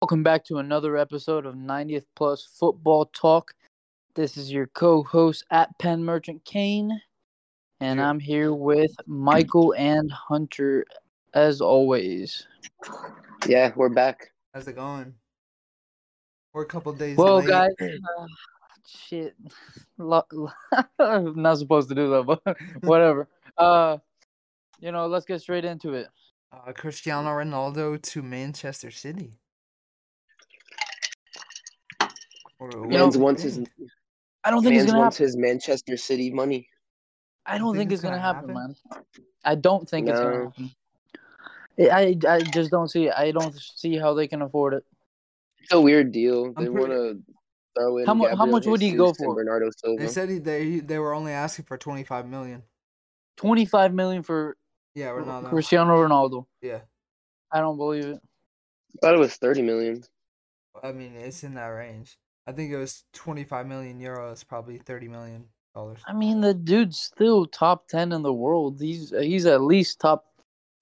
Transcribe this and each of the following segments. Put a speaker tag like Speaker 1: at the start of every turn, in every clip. Speaker 1: Welcome back to another episode of 90th Plus Football Talk. This is your co host at Penn Merchant Kane, and
Speaker 2: Yeah.
Speaker 1: I'm here with Michael and Hunter as always.
Speaker 3: Yeah, we're back.
Speaker 2: How's it going? We're a couple days.
Speaker 1: Well,
Speaker 2: late.
Speaker 1: guys, uh, shit. Lo- lo- I'm not supposed to do that, but whatever. Uh, you know, let's get straight into it.
Speaker 2: Uh, Cristiano Ronaldo to Manchester City. Or
Speaker 1: You
Speaker 3: Mans
Speaker 1: know-
Speaker 3: wants his
Speaker 1: I don't think
Speaker 3: Mans
Speaker 1: it's going to
Speaker 3: wants
Speaker 1: happen.
Speaker 3: his Manchester City money.
Speaker 1: I don't think, it's going to
Speaker 2: gonna
Speaker 1: happen,
Speaker 2: happen?
Speaker 1: man. I don't think it's going to
Speaker 3: No.
Speaker 1: happen. I, I I just don't see it. I don't see how they can afford it.
Speaker 3: It's a weird deal. They
Speaker 2: I'm
Speaker 3: want
Speaker 2: pretty-
Speaker 3: to throw in
Speaker 1: How mu- how
Speaker 3: Gabriel
Speaker 1: much would he
Speaker 3: Jesus
Speaker 1: go
Speaker 3: and
Speaker 1: for?
Speaker 3: Bernardo Silva.
Speaker 2: They said he, they they were only asking for twenty five million.
Speaker 1: 25 million for
Speaker 2: Yeah, Ronaldo.
Speaker 1: Cristiano Ronaldo.
Speaker 2: yeah,
Speaker 1: I don't believe it.
Speaker 3: I thought it was thirty million.
Speaker 2: I mean it's in that range. I think it was twenty five million euros, probably thirty million dollars.
Speaker 1: I mean, the dude's still top 10 in the world. He's he's at least top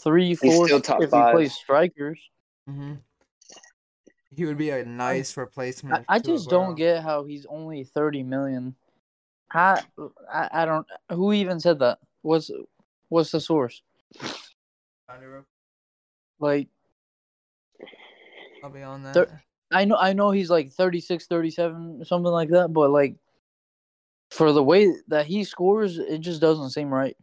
Speaker 1: 3
Speaker 3: He's
Speaker 1: 4
Speaker 3: still top
Speaker 1: if he plays
Speaker 3: five.
Speaker 1: strikers.
Speaker 2: Mm-hmm. He would be a nice replacement.
Speaker 1: I, I
Speaker 2: to
Speaker 1: just don't
Speaker 2: Aguero.
Speaker 1: get how he's only 30 million. I, I I don't who even said that? What's what's the source? Like
Speaker 2: I'll be on that.
Speaker 1: Thir- I know I know he's like 36 37 something like that, but like for the way that he scores, it just doesn't seem right.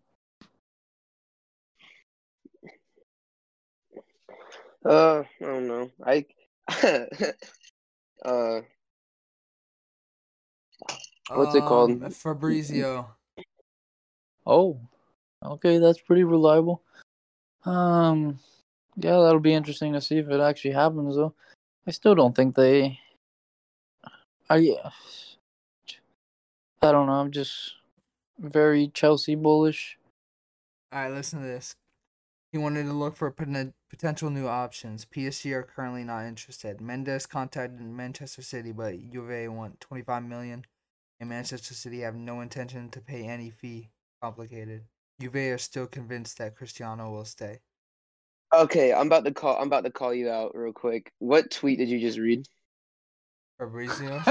Speaker 3: Uh, I don't know. I uh, What's it called?
Speaker 2: Um, Fabrizio.
Speaker 1: Oh, okay, that's pretty reliable. Um, yeah, that'll be interesting to see if it actually happens, though. I still don't think they. I, I don't know. I'm just very Chelsea bullish.
Speaker 2: All right, listen to this. He wanted to look for poten- potential new options. PSG are currently not interested. Mendes contacted Manchester City, but Juve want 25 million, and Manchester City have no intention to pay any fee. Complicated. Juve are still convinced that Cristiano will stay.
Speaker 3: okay, I'm about to call. I'm about to call you out real quick. What tweet did you just read?
Speaker 2: Fabrizio.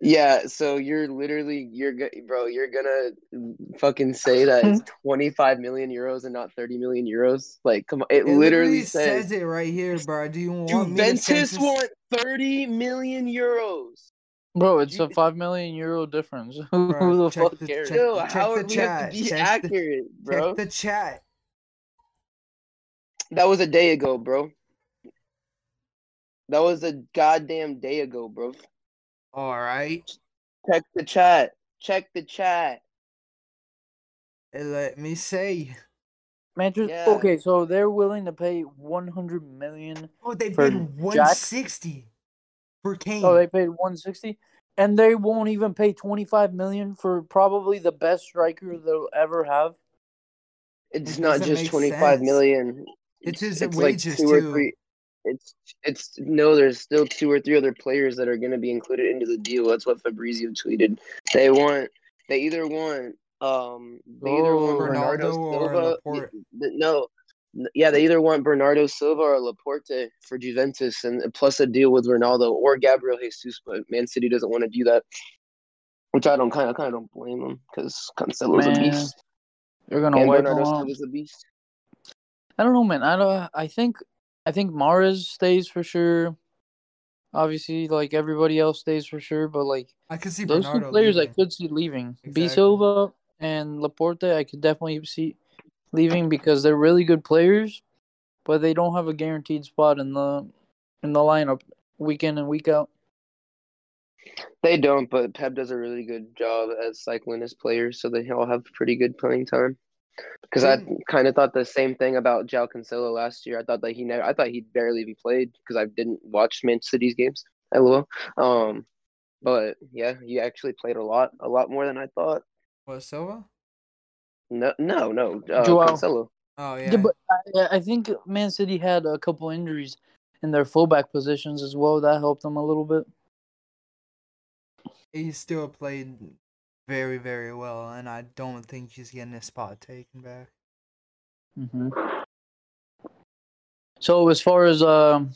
Speaker 3: Yeah, so you're literally you're go- bro. You're gonna fucking say that it's twenty five million euros and not thirty million euros. Like, come on, it, literally, says
Speaker 2: it right here, bro. Do you want me to
Speaker 3: Juventus
Speaker 2: send this-
Speaker 3: want 30 million euros.
Speaker 1: Bro, it's a
Speaker 3: You-
Speaker 1: five million euro difference. Who,
Speaker 2: Bro,
Speaker 1: the
Speaker 2: check
Speaker 1: fuck
Speaker 2: the-
Speaker 1: cares?
Speaker 2: check-
Speaker 3: Yo, how
Speaker 2: the
Speaker 3: are we have
Speaker 2: chat,
Speaker 3: to be
Speaker 2: check the-
Speaker 3: accurate, bro?
Speaker 2: Check the chat.
Speaker 3: That was a day ago, bro. That was a goddamn day ago, bro.
Speaker 2: All right.
Speaker 3: Check the chat. Check the chat.
Speaker 2: Let me say.
Speaker 1: Manchester.
Speaker 3: Yeah.
Speaker 1: Okay, so they're willing to pay one hundred million.
Speaker 2: Oh, they
Speaker 1: For
Speaker 2: paid
Speaker 1: Jack?
Speaker 2: 160 for Kane.
Speaker 1: Oh, they paid one sixty, and they won't even pay twenty five million for probably the best striker they'll ever have.
Speaker 3: It's
Speaker 2: It
Speaker 3: not
Speaker 2: doesn't
Speaker 3: just
Speaker 2: make
Speaker 3: twenty five
Speaker 2: sense.
Speaker 3: million.
Speaker 2: It's his
Speaker 3: like
Speaker 2: wages,
Speaker 3: two or
Speaker 2: too.
Speaker 3: three. It's it's no. There's still two or three other players that are going to be included into the deal. That's what Fabrizio tweeted. They want. They either want. Um. They either want
Speaker 1: Oh.
Speaker 3: Bernardo,
Speaker 2: Ronaldo or
Speaker 3: Silva.
Speaker 2: Laporte.
Speaker 3: th- th- No. N- Yeah, they either want Bernardo Silva or Laporte for Juventus, and plus a deal with Ronaldo or Gabriel Jesus. But Man City doesn't want to do that, which I don't kind of kind of don't blame them because Cancelo's a
Speaker 1: Man,
Speaker 3: beast
Speaker 1: They're gonna
Speaker 3: and
Speaker 1: wipe
Speaker 3: Bernardo
Speaker 1: them out.
Speaker 3: Silva's a beast.
Speaker 1: I don't know, man. I don't. I think. I think Mares stays for sure. Obviously, like everybody else stays for sure, but like
Speaker 2: I could see
Speaker 1: those
Speaker 2: Bernardo
Speaker 1: two players, I
Speaker 2: leaving.
Speaker 1: could see leaving. B
Speaker 2: Exactly.
Speaker 1: Silva and Laporte, I could definitely see leaving because they're really good players, but they don't have a guaranteed spot in the in the lineup week in and week out.
Speaker 3: They don't, but Pep does a really good job at cycling his players, so they all have pretty good playing time. Because I
Speaker 1: Hmm.
Speaker 2: Didn't-
Speaker 3: kind of thought the same thing about Jao Cancelo last year. I thought that he never, I thought he barely even played because I didn't watch Man City's games. LOL. Um, but yeah, he actually played a lot, a lot more than I thought.
Speaker 2: Was Silva?
Speaker 3: No, no, no. Uh,
Speaker 1: Joao.
Speaker 3: Cancelo.
Speaker 2: Oh, yeah.
Speaker 1: Yeah, but I, I think Man City had a couple injuries in their fullback positions as well. That helped them a little bit.
Speaker 2: he still played very, very well, and I don't think he's getting his spot taken back.
Speaker 1: Mm-hmm. So as far as um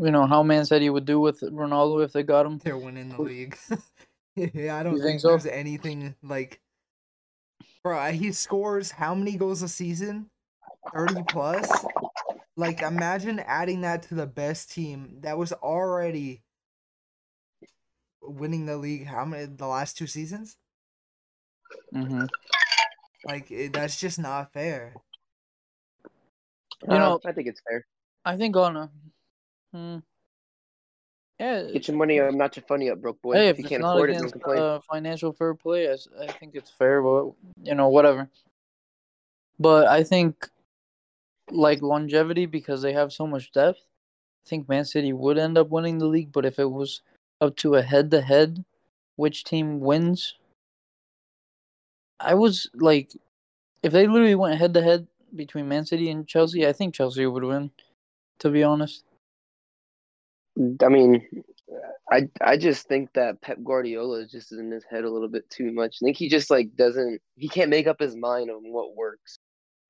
Speaker 1: you know how Man City would do with Ronaldo if they got him.
Speaker 2: They're winning the league. yeah, I don't
Speaker 1: You
Speaker 2: think,
Speaker 1: think so?
Speaker 2: there's anything like. Bro, he scores how many goals a season? Thirty plus. Like, imagine adding that to the best team that was already winning the league. How many the last two seasons?
Speaker 1: hmm
Speaker 2: Like, it, that's just not fair.
Speaker 1: You know-
Speaker 3: Uh, I think it's fair.
Speaker 1: I think on a, hmm, yeah.
Speaker 3: Get your money. I'm not your funny up, broke boy.
Speaker 1: hey,
Speaker 3: if you
Speaker 1: it's
Speaker 3: can't
Speaker 1: not
Speaker 3: afford it, don't
Speaker 1: against,
Speaker 3: complain.
Speaker 1: Uh, financial fair play. I, s- I think it's fair, but you know, whatever. But I think, like longevity, because they have so much depth. I think Man City would end up winning the league, but if it was up to a head-to-head, which team wins? I was like, if they literally went head-to-head between Man City and Chelsea, I think Chelsea would win. To be honest,
Speaker 3: I mean, I I just think that Pep Guardiola is just in his head a little bit too much. I think he just like doesn't he can't make up his mind on what works.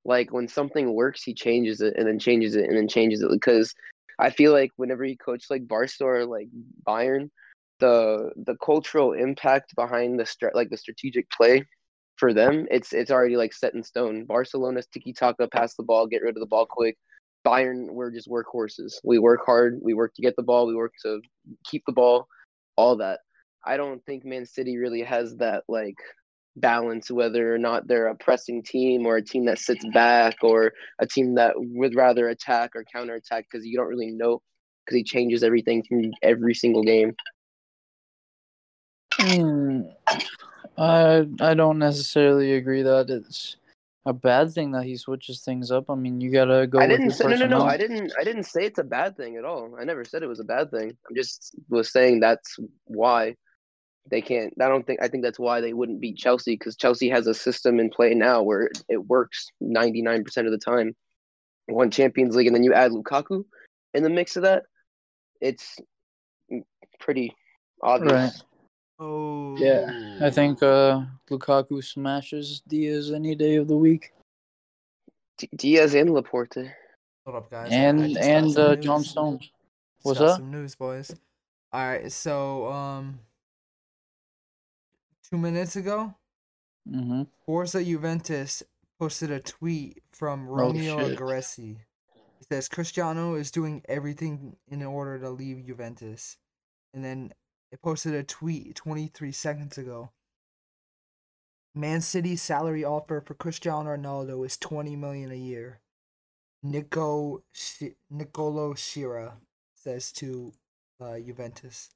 Speaker 3: Like when something works, he changes it and then changes it and then changes it because I feel like whenever he coached like Barca or like Bayern, the the cultural impact behind the str- like the strategic play for them, it's it's already like set in stone. Barcelona's tiki taka, pass the ball, get rid of the ball quick. Bayern, we're just workhorses. We work hard. We work to get the ball. We work to keep the ball, all that. I don't think Man City really has that like balance, whether or not they're a pressing team or a team that sits back or a team that would rather attack or counterattack because you don't really know because he changes everything from every single game.
Speaker 1: Hmm. I I don't necessarily agree that it's a bad thing that he switches things up. I mean, you gotta go
Speaker 3: I
Speaker 1: with
Speaker 3: didn't
Speaker 1: your
Speaker 3: say no, no, no. I
Speaker 1: personnel.
Speaker 3: didn't. I didn't say it's a bad thing at all. I never said it was a bad thing. I'm just was saying that's why they can't. I don't think. I think that's why they wouldn't beat Chelsea because Chelsea has a system in play now where it- it works 99 percent of the time. One Champions League, and then you add Lukaku in the mix of that. It's pretty obvious.
Speaker 1: Right.
Speaker 2: Oh.
Speaker 1: Yeah, I think uh, Lukaku smashes Diaz any day of the week,
Speaker 3: D- Diaz and Laporte.
Speaker 2: Hold up, guys. I- I
Speaker 1: and
Speaker 2: just got
Speaker 1: and
Speaker 2: some
Speaker 1: uh,
Speaker 2: news.
Speaker 1: John Stones.
Speaker 2: Just
Speaker 1: What's
Speaker 2: got
Speaker 1: that?
Speaker 2: Some news, boys. All right, so um, two minutes ago,
Speaker 1: hmm
Speaker 2: Forza Juventus posted a tweet from Romeo
Speaker 1: shit.
Speaker 2: Agresti. He says Cristiano is doing everything in order to leave Juventus, and then it posted a tweet 23 seconds ago. Man City's salary offer for Cristiano Ronaldo is 20 million a year. Nico Shi- Nicolo Shira says to uh, Juventus.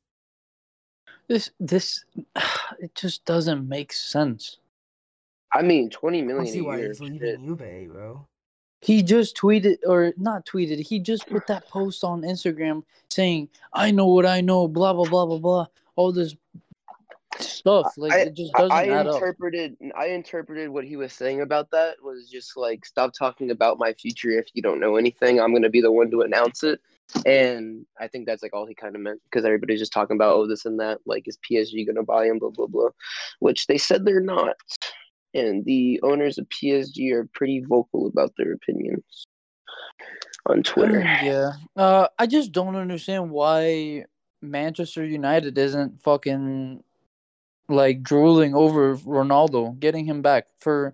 Speaker 1: This this it just doesn't make sense.
Speaker 3: I mean, 20
Speaker 2: I don't
Speaker 3: million
Speaker 2: see
Speaker 3: a
Speaker 2: why
Speaker 3: year.
Speaker 2: he's
Speaker 3: is
Speaker 2: leaving
Speaker 3: shit.
Speaker 2: Juve, bro.
Speaker 1: He just tweeted or not tweeted. He just put that post on Instagram saying, "I know what I know." Blah blah blah blah blah. All this stuff like it just doesn't
Speaker 3: I
Speaker 1: add up.
Speaker 3: interpreted I interpreted what he was saying about that was just like stop talking about my future if you don't know anything. I'm gonna be the one to announce it. And I think that's like all he kind of meant because everybody's just talking about oh this and that like is PSG gonna buy him blah blah blah, which they said they're not. And the owners of PSG are pretty vocal about their opinions on Twitter.
Speaker 1: Um, yeah. Uh, I just don't understand why Manchester United isn't fucking like drooling over Ronaldo, getting him back for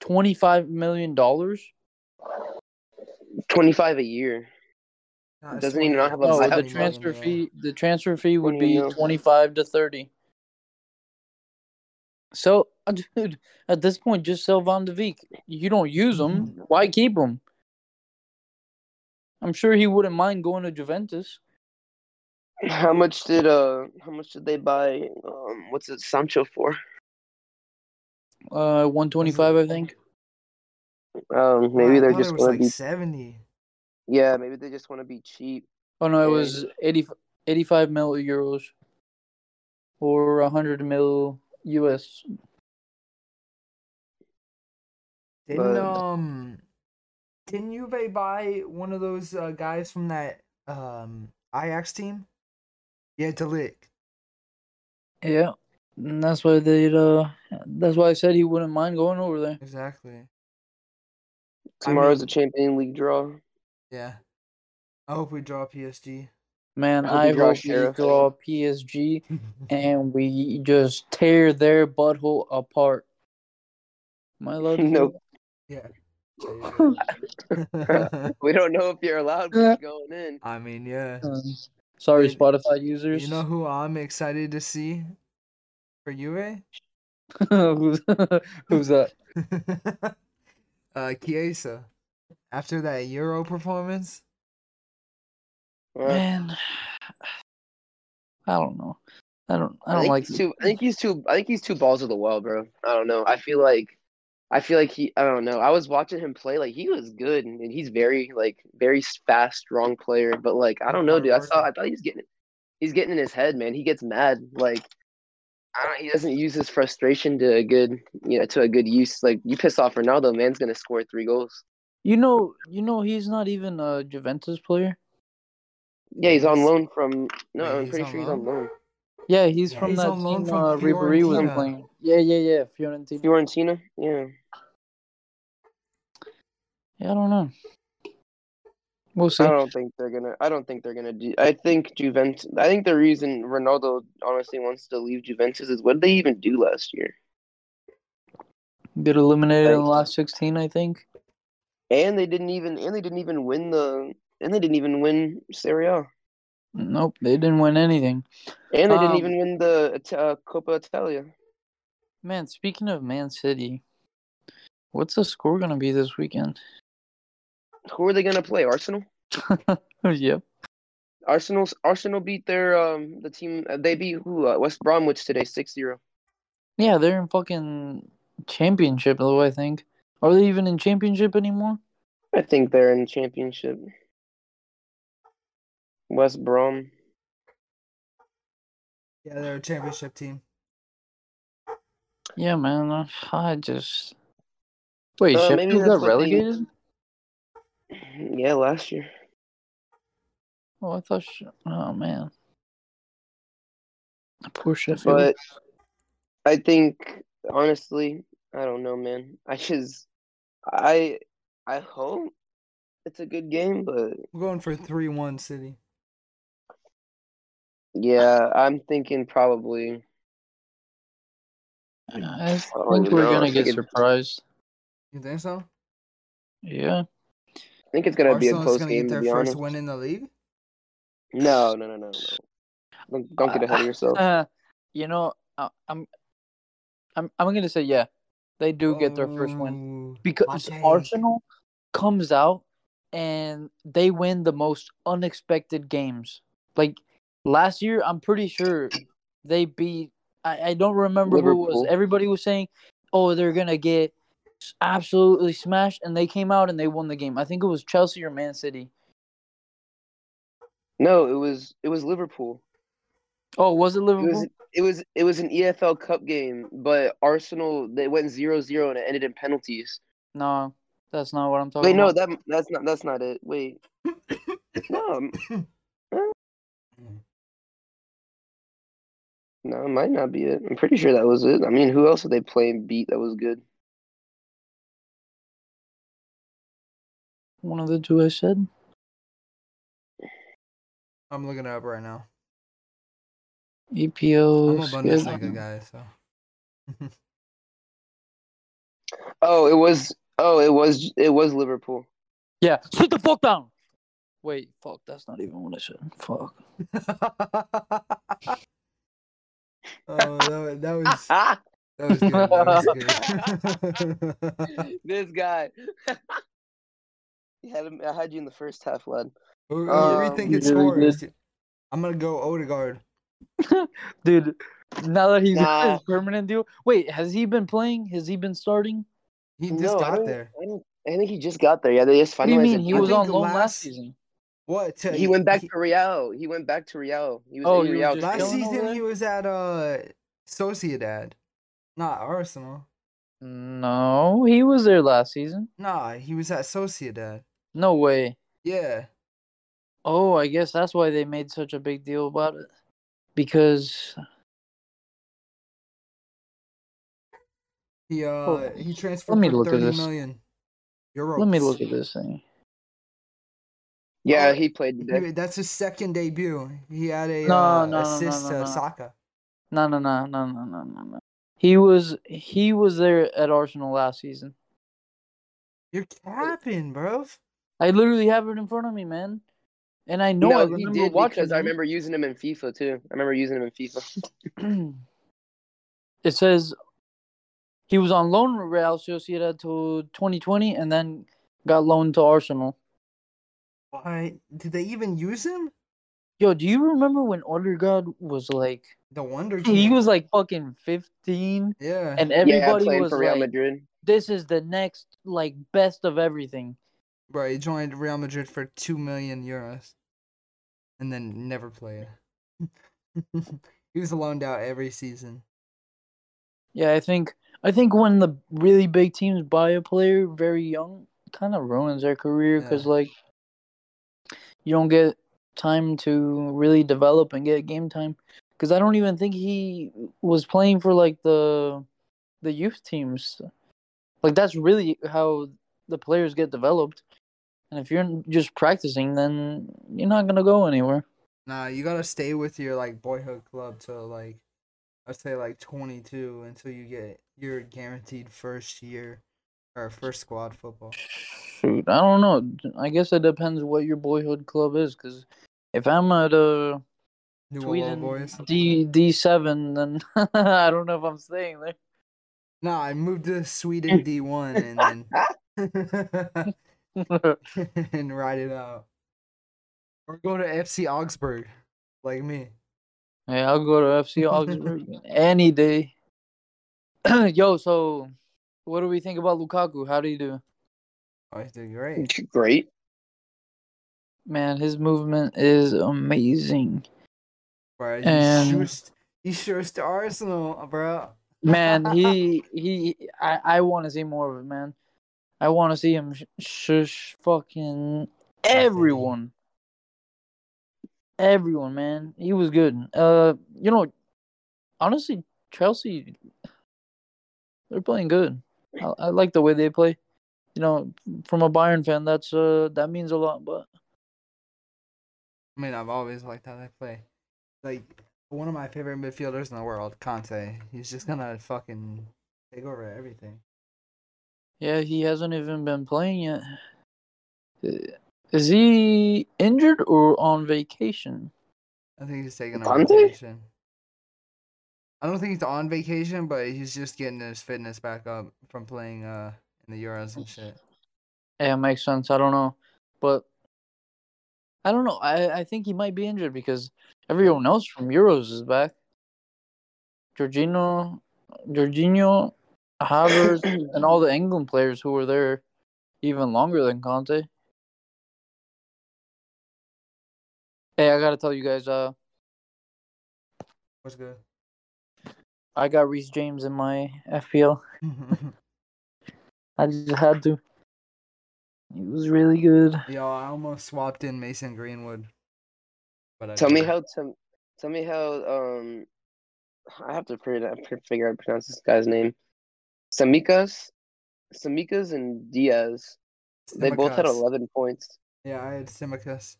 Speaker 1: twenty five million dollars.
Speaker 3: Twenty five a year.
Speaker 2: Nah, it's
Speaker 3: Doesn't he
Speaker 2: 20
Speaker 3: not have a
Speaker 2: it's
Speaker 1: No,
Speaker 3: I
Speaker 1: Oh, the
Speaker 2: 20 million,
Speaker 1: transfer
Speaker 2: yeah.
Speaker 1: fee the transfer fee would
Speaker 3: 20
Speaker 1: be
Speaker 3: mil.
Speaker 1: twenty five to thirty. So, uh, dude, at this point, just sell Van de Beek. You don't use him. Why keep him? I'm sure he wouldn't mind going to Juventus.
Speaker 3: How much did uh how much did they buy um what's it Sancho for?
Speaker 1: Uh, one twenty five, I think.
Speaker 3: Um,
Speaker 2: Nah,
Speaker 3: maybe
Speaker 2: I
Speaker 3: they're
Speaker 2: thought it
Speaker 3: just
Speaker 2: was
Speaker 3: gonna
Speaker 2: like
Speaker 3: be.
Speaker 2: 70.
Speaker 3: Yeah, maybe they just want to be cheap.
Speaker 1: Oh no, it
Speaker 3: Yeah.
Speaker 1: was 80, 85 mil euros or hundred mil US.
Speaker 2: Didn't
Speaker 3: But-
Speaker 2: um didn't Juve buy one of those uh, guys from that um Ajax team? Yeah, Delic.
Speaker 1: Yeah, and that's why they. Uh, that's why I said he wouldn't mind going over there.
Speaker 2: Exactly.
Speaker 3: Tomorrow's
Speaker 2: mean-
Speaker 3: a Champions League draw.
Speaker 2: Yeah. I hope we draw PSG.
Speaker 1: Man,
Speaker 3: Hope we
Speaker 1: I
Speaker 3: draw
Speaker 1: hope we
Speaker 3: Sheriff.
Speaker 1: draw PSG and we just tear their butthole apart. Am I allowed to say
Speaker 3: Nope.
Speaker 2: yeah.
Speaker 3: We don't know if you're allowed
Speaker 1: Yeah.
Speaker 3: going in.
Speaker 2: Uh, I mean, yeah.
Speaker 1: that? Um, sorry,
Speaker 2: Dude,
Speaker 1: Spotify users.
Speaker 2: You know who I'm excited to see for Juve?
Speaker 1: who's, who's that?
Speaker 2: uh, Chiesa. After that Euro performance,
Speaker 3: Uh,
Speaker 1: Man, I don't know. I don't. I
Speaker 3: I,
Speaker 1: don't
Speaker 3: think
Speaker 1: like.
Speaker 3: he's too. I think he's too. I think he's too balls of the wall, bro. I don't know. I feel like, I feel like he. I don't know. I was watching him play. Like he was good, and and he's very like very fast, strong player. But like I don't know, dude. I saw. I thought he's getting. He's getting in his head, man. He gets mad. Like I don't. He doesn't use his frustration to a good. You know, to a good use. Like you piss off Ronaldo, man's gonna score three goals.
Speaker 1: You know. You know. He's not even a Juventus player.
Speaker 3: Yeah, he's on
Speaker 2: He's-
Speaker 3: loan from. No,
Speaker 2: Wait,
Speaker 3: I'm
Speaker 2: he's
Speaker 3: pretty
Speaker 2: on
Speaker 3: sure he's on loan.
Speaker 1: Yeah, he's
Speaker 2: Yeah,
Speaker 1: from
Speaker 2: he's
Speaker 1: that
Speaker 2: on loan
Speaker 1: team.
Speaker 2: from
Speaker 1: uh, Ribery was
Speaker 2: Fiorentina.
Speaker 1: playing. Yeah, yeah, yeah. Fiorentina.
Speaker 3: Fiorentina. Yeah.
Speaker 1: Yeah, I don't know. We'll see.
Speaker 3: I don't think they're gonna. I don't think they're gonna do. I think Juventus. I think the reason Ronaldo honestly wants to leave Juventus is what did they even do last year?
Speaker 1: Get eliminated in the
Speaker 3: Like-
Speaker 1: last sixteen, I think.
Speaker 3: And they didn't even. And they didn't even win the. And they didn't even win Serie A.
Speaker 1: Nope, they didn't win anything.
Speaker 3: And they
Speaker 1: Um,
Speaker 3: didn't even win the Ita- uh, Coppa Italia.
Speaker 1: Man, speaking of Man City, what's the score gonna be this weekend?
Speaker 3: Who are they gonna play? Arsenal.
Speaker 1: yep.
Speaker 3: Arsenal's Arsenal beat their um the team. uh, They beat who? Uh, West Bromwich today 6-0.
Speaker 1: Yeah, they're in fucking championship though, I think. Are they even in championship anymore?
Speaker 3: I think they're in the championship. West Brom.
Speaker 2: yeah, they're a championship team.
Speaker 1: Yeah, man. I- I just Wait,
Speaker 3: Uh, maybe
Speaker 1: Sheffield
Speaker 3: that's
Speaker 1: got
Speaker 3: what they-
Speaker 1: relegated?
Speaker 3: Yeah, last year.
Speaker 1: Oh, I thought Sh- oh man. Poor Sheffield.
Speaker 3: but I think honestly, I don't know, man. I just, I, I hope it's a good game, but
Speaker 2: We're going for three-one City.
Speaker 3: yeah, I'm thinking probably.
Speaker 1: I
Speaker 3: Oh,
Speaker 1: think
Speaker 3: you
Speaker 1: we're
Speaker 3: know, I
Speaker 1: gonna get
Speaker 3: think it-
Speaker 1: surprised.
Speaker 2: You think so?
Speaker 1: Yeah.
Speaker 3: I think it's gonna be a
Speaker 2: Arsenal's
Speaker 3: close
Speaker 2: gonna get
Speaker 3: game. To
Speaker 2: their
Speaker 3: be
Speaker 2: first
Speaker 3: honest,
Speaker 2: win in the league.
Speaker 3: no, no, no, no, no. Don't, don't get ahead of yourself.
Speaker 1: Uh, you know, I, I'm, I'm, I'm gonna say yeah, they do get their first win
Speaker 2: Ooh,
Speaker 1: because
Speaker 2: Oh, take.
Speaker 1: Arsenal comes out and they win the most unexpected games. Like last year, I'm pretty sure they beat. I, I don't remember who it was.
Speaker 3: Liverpool.
Speaker 1: Everybody was saying, "Oh, they're gonna get absolutely smashed," and they came out and they won the game. I think it was Chelsea or Man City.
Speaker 3: No, it was it was Liverpool.
Speaker 1: Oh, was it
Speaker 3: It
Speaker 1: Liverpool?
Speaker 3: was it was it was an EFL Cup game, but Arsenal they went 0-0 and it ended in penalties.
Speaker 1: No, that's not what I'm talking
Speaker 3: Wait, no,
Speaker 1: about.
Speaker 3: that that's not that's not it. Wait, no, I'm- No, it might not be it. I'm pretty sure that was it. I mean, who else did they play and beat that was good?
Speaker 1: One of the two I said.
Speaker 2: I'm looking it up right now.
Speaker 1: E EPO.
Speaker 2: I'm a Bundesliga guy, so
Speaker 3: Oh, it was. Oh, it was. It was Liverpool.
Speaker 1: Yeah, sit the fuck down. Wait, fuck, that's not even what I said. Fuck.
Speaker 2: oh, that, that was that
Speaker 3: Ah,
Speaker 2: was good. That was good.
Speaker 3: this guy. You had him, I had you in the first half, lad.
Speaker 2: Who, who
Speaker 3: Um,
Speaker 2: are we thinking
Speaker 1: you really did.
Speaker 2: scores? I'm gonna go Odegaard.
Speaker 1: Dude, now that he's on
Speaker 3: Nah.
Speaker 1: his permanent deal. Wait, has he been playing? Has he been starting?
Speaker 2: He just
Speaker 3: No, I
Speaker 2: got
Speaker 3: don't-
Speaker 2: there.
Speaker 3: I, don't, I think he just got there. Yeah, they just
Speaker 1: What do you
Speaker 3: finalized
Speaker 1: mean?
Speaker 3: it.
Speaker 1: He
Speaker 2: I
Speaker 1: was
Speaker 2: think
Speaker 1: on loan last,
Speaker 2: last-
Speaker 1: season.
Speaker 2: What? to-
Speaker 3: He went back to Real. He went back to Real. He was
Speaker 1: Oh,
Speaker 3: in
Speaker 1: he was
Speaker 3: Real.
Speaker 1: just
Speaker 2: last
Speaker 1: Killing over
Speaker 2: season.
Speaker 1: there?
Speaker 2: He was at uh Sociedad, not Arsenal.
Speaker 1: No, he was there last season.
Speaker 2: Nah, he was at Sociedad.
Speaker 1: No way.
Speaker 2: Yeah,
Speaker 1: Oh, I guess that's why they made such a big deal about it. Because
Speaker 2: he uh
Speaker 1: Hold on.
Speaker 2: he transferred
Speaker 1: me
Speaker 2: for
Speaker 1: look at
Speaker 2: thirty
Speaker 1: this.
Speaker 2: million euros.
Speaker 1: let me look at this thing.
Speaker 3: Yeah,
Speaker 2: Oh,
Speaker 3: he played. today.
Speaker 2: He- that's his second debut. He had a
Speaker 1: No,
Speaker 2: uh,
Speaker 1: no, no,
Speaker 2: assist
Speaker 1: no,
Speaker 2: to
Speaker 1: no.
Speaker 2: Saka.
Speaker 1: No, no, no, no, no, no, no, no. He was he was there at Arsenal last season.
Speaker 2: You're capping, bro.
Speaker 1: I literally have it in front of me, man. And I know I
Speaker 3: he
Speaker 1: remember
Speaker 3: did
Speaker 1: watching.
Speaker 3: because I
Speaker 1: him.
Speaker 3: remember using him in FIFA too. I remember using him in FIFA.
Speaker 1: it says he was on loan with Real Sociedad to 2020 and then got loaned to Arsenal.
Speaker 2: Why did they even use him?
Speaker 1: Yo, do you remember when Odegaard was like
Speaker 2: The wonder
Speaker 1: he
Speaker 2: Kid.
Speaker 1: was like fucking 15
Speaker 2: yeah.
Speaker 1: and
Speaker 3: Yeah,
Speaker 1: everybody
Speaker 3: playing
Speaker 1: was
Speaker 3: for Real
Speaker 1: like
Speaker 3: Madrid.
Speaker 1: this is the next like best of everything.
Speaker 2: Bro, he joined Real Madrid for two million euros, and then never played. he was loaned out every season.
Speaker 1: Yeah, I think I think when the really big teams buy a player very young, kind of ruins their career because
Speaker 2: Yeah.
Speaker 1: like you don't get time to really develop and get game time. Because I don't even think he was playing for like the the youth teams. Like that's really how the players get developed. And if you're just practicing, then you're not gonna go anywhere.
Speaker 2: Nah, you gotta stay with your like boyhood club till like I'd say like twenty two until you get your guaranteed first year or first squad football.
Speaker 1: Shoot, I don't know. I guess it depends what your boyhood club is. Because if I'm at a
Speaker 2: New World Boys.
Speaker 1: Tweeting D D seven, then I don't know if I'm staying there.
Speaker 2: Nah, I moved to Sweden D one and then and ride it out. Or go to FC Augsburg, like me.
Speaker 1: yeah, I'll go to FC Augsburg any day. Yo, so what do we think about Lukaku? How do you do?
Speaker 2: Oh, he did great.
Speaker 3: Great.
Speaker 1: Man, his movement is amazing.
Speaker 2: Bro,
Speaker 1: And-
Speaker 2: he shoots he shoots to Arsenal, bro.
Speaker 1: Man, he he, I I want to see more of it, man. I want to see him sh- shush fucking everyone. Everyone, man. He was good. Uh, you know, honestly, Chelsea, they're playing good. I, I like the way they play. You know, from a Bayern fan, that's uh that means a lot. But
Speaker 2: I mean, I've always liked how they play. Like one of my favorite midfielders in the world, Conte. He's just gonna fucking take over everything.
Speaker 1: yeah, he hasn't even been playing yet. Uh, Is he injured or on vacation?
Speaker 2: I think he's taking a
Speaker 3: Conte?
Speaker 2: vacation. I don't think he's on vacation, but he's just getting his fitness back up from playing uh in the Euros and shit.
Speaker 1: Yeah, it makes sense. I don't know, but I don't know. I I think he might be injured because everyone else from Euros is back. Jorginho, Jorginho, Havertz, and all the England players who were there even longer than Conte. Hey, I gotta tell you guys, uh,
Speaker 2: What's good?
Speaker 1: I got Reese James in my FPL. I just had to. He was really good.
Speaker 2: Yo, I almost swapped in Mason Greenwood. But I
Speaker 3: Tell me
Speaker 2: didn't.
Speaker 3: how. Tell, tell me how. Um, I have to figure out, figure out how to pronounce this guy's name. Samikas, Samikas, and Diaz. They both had
Speaker 2: Tsimikas.
Speaker 3: eleven points.
Speaker 2: Yeah, I had Simicus.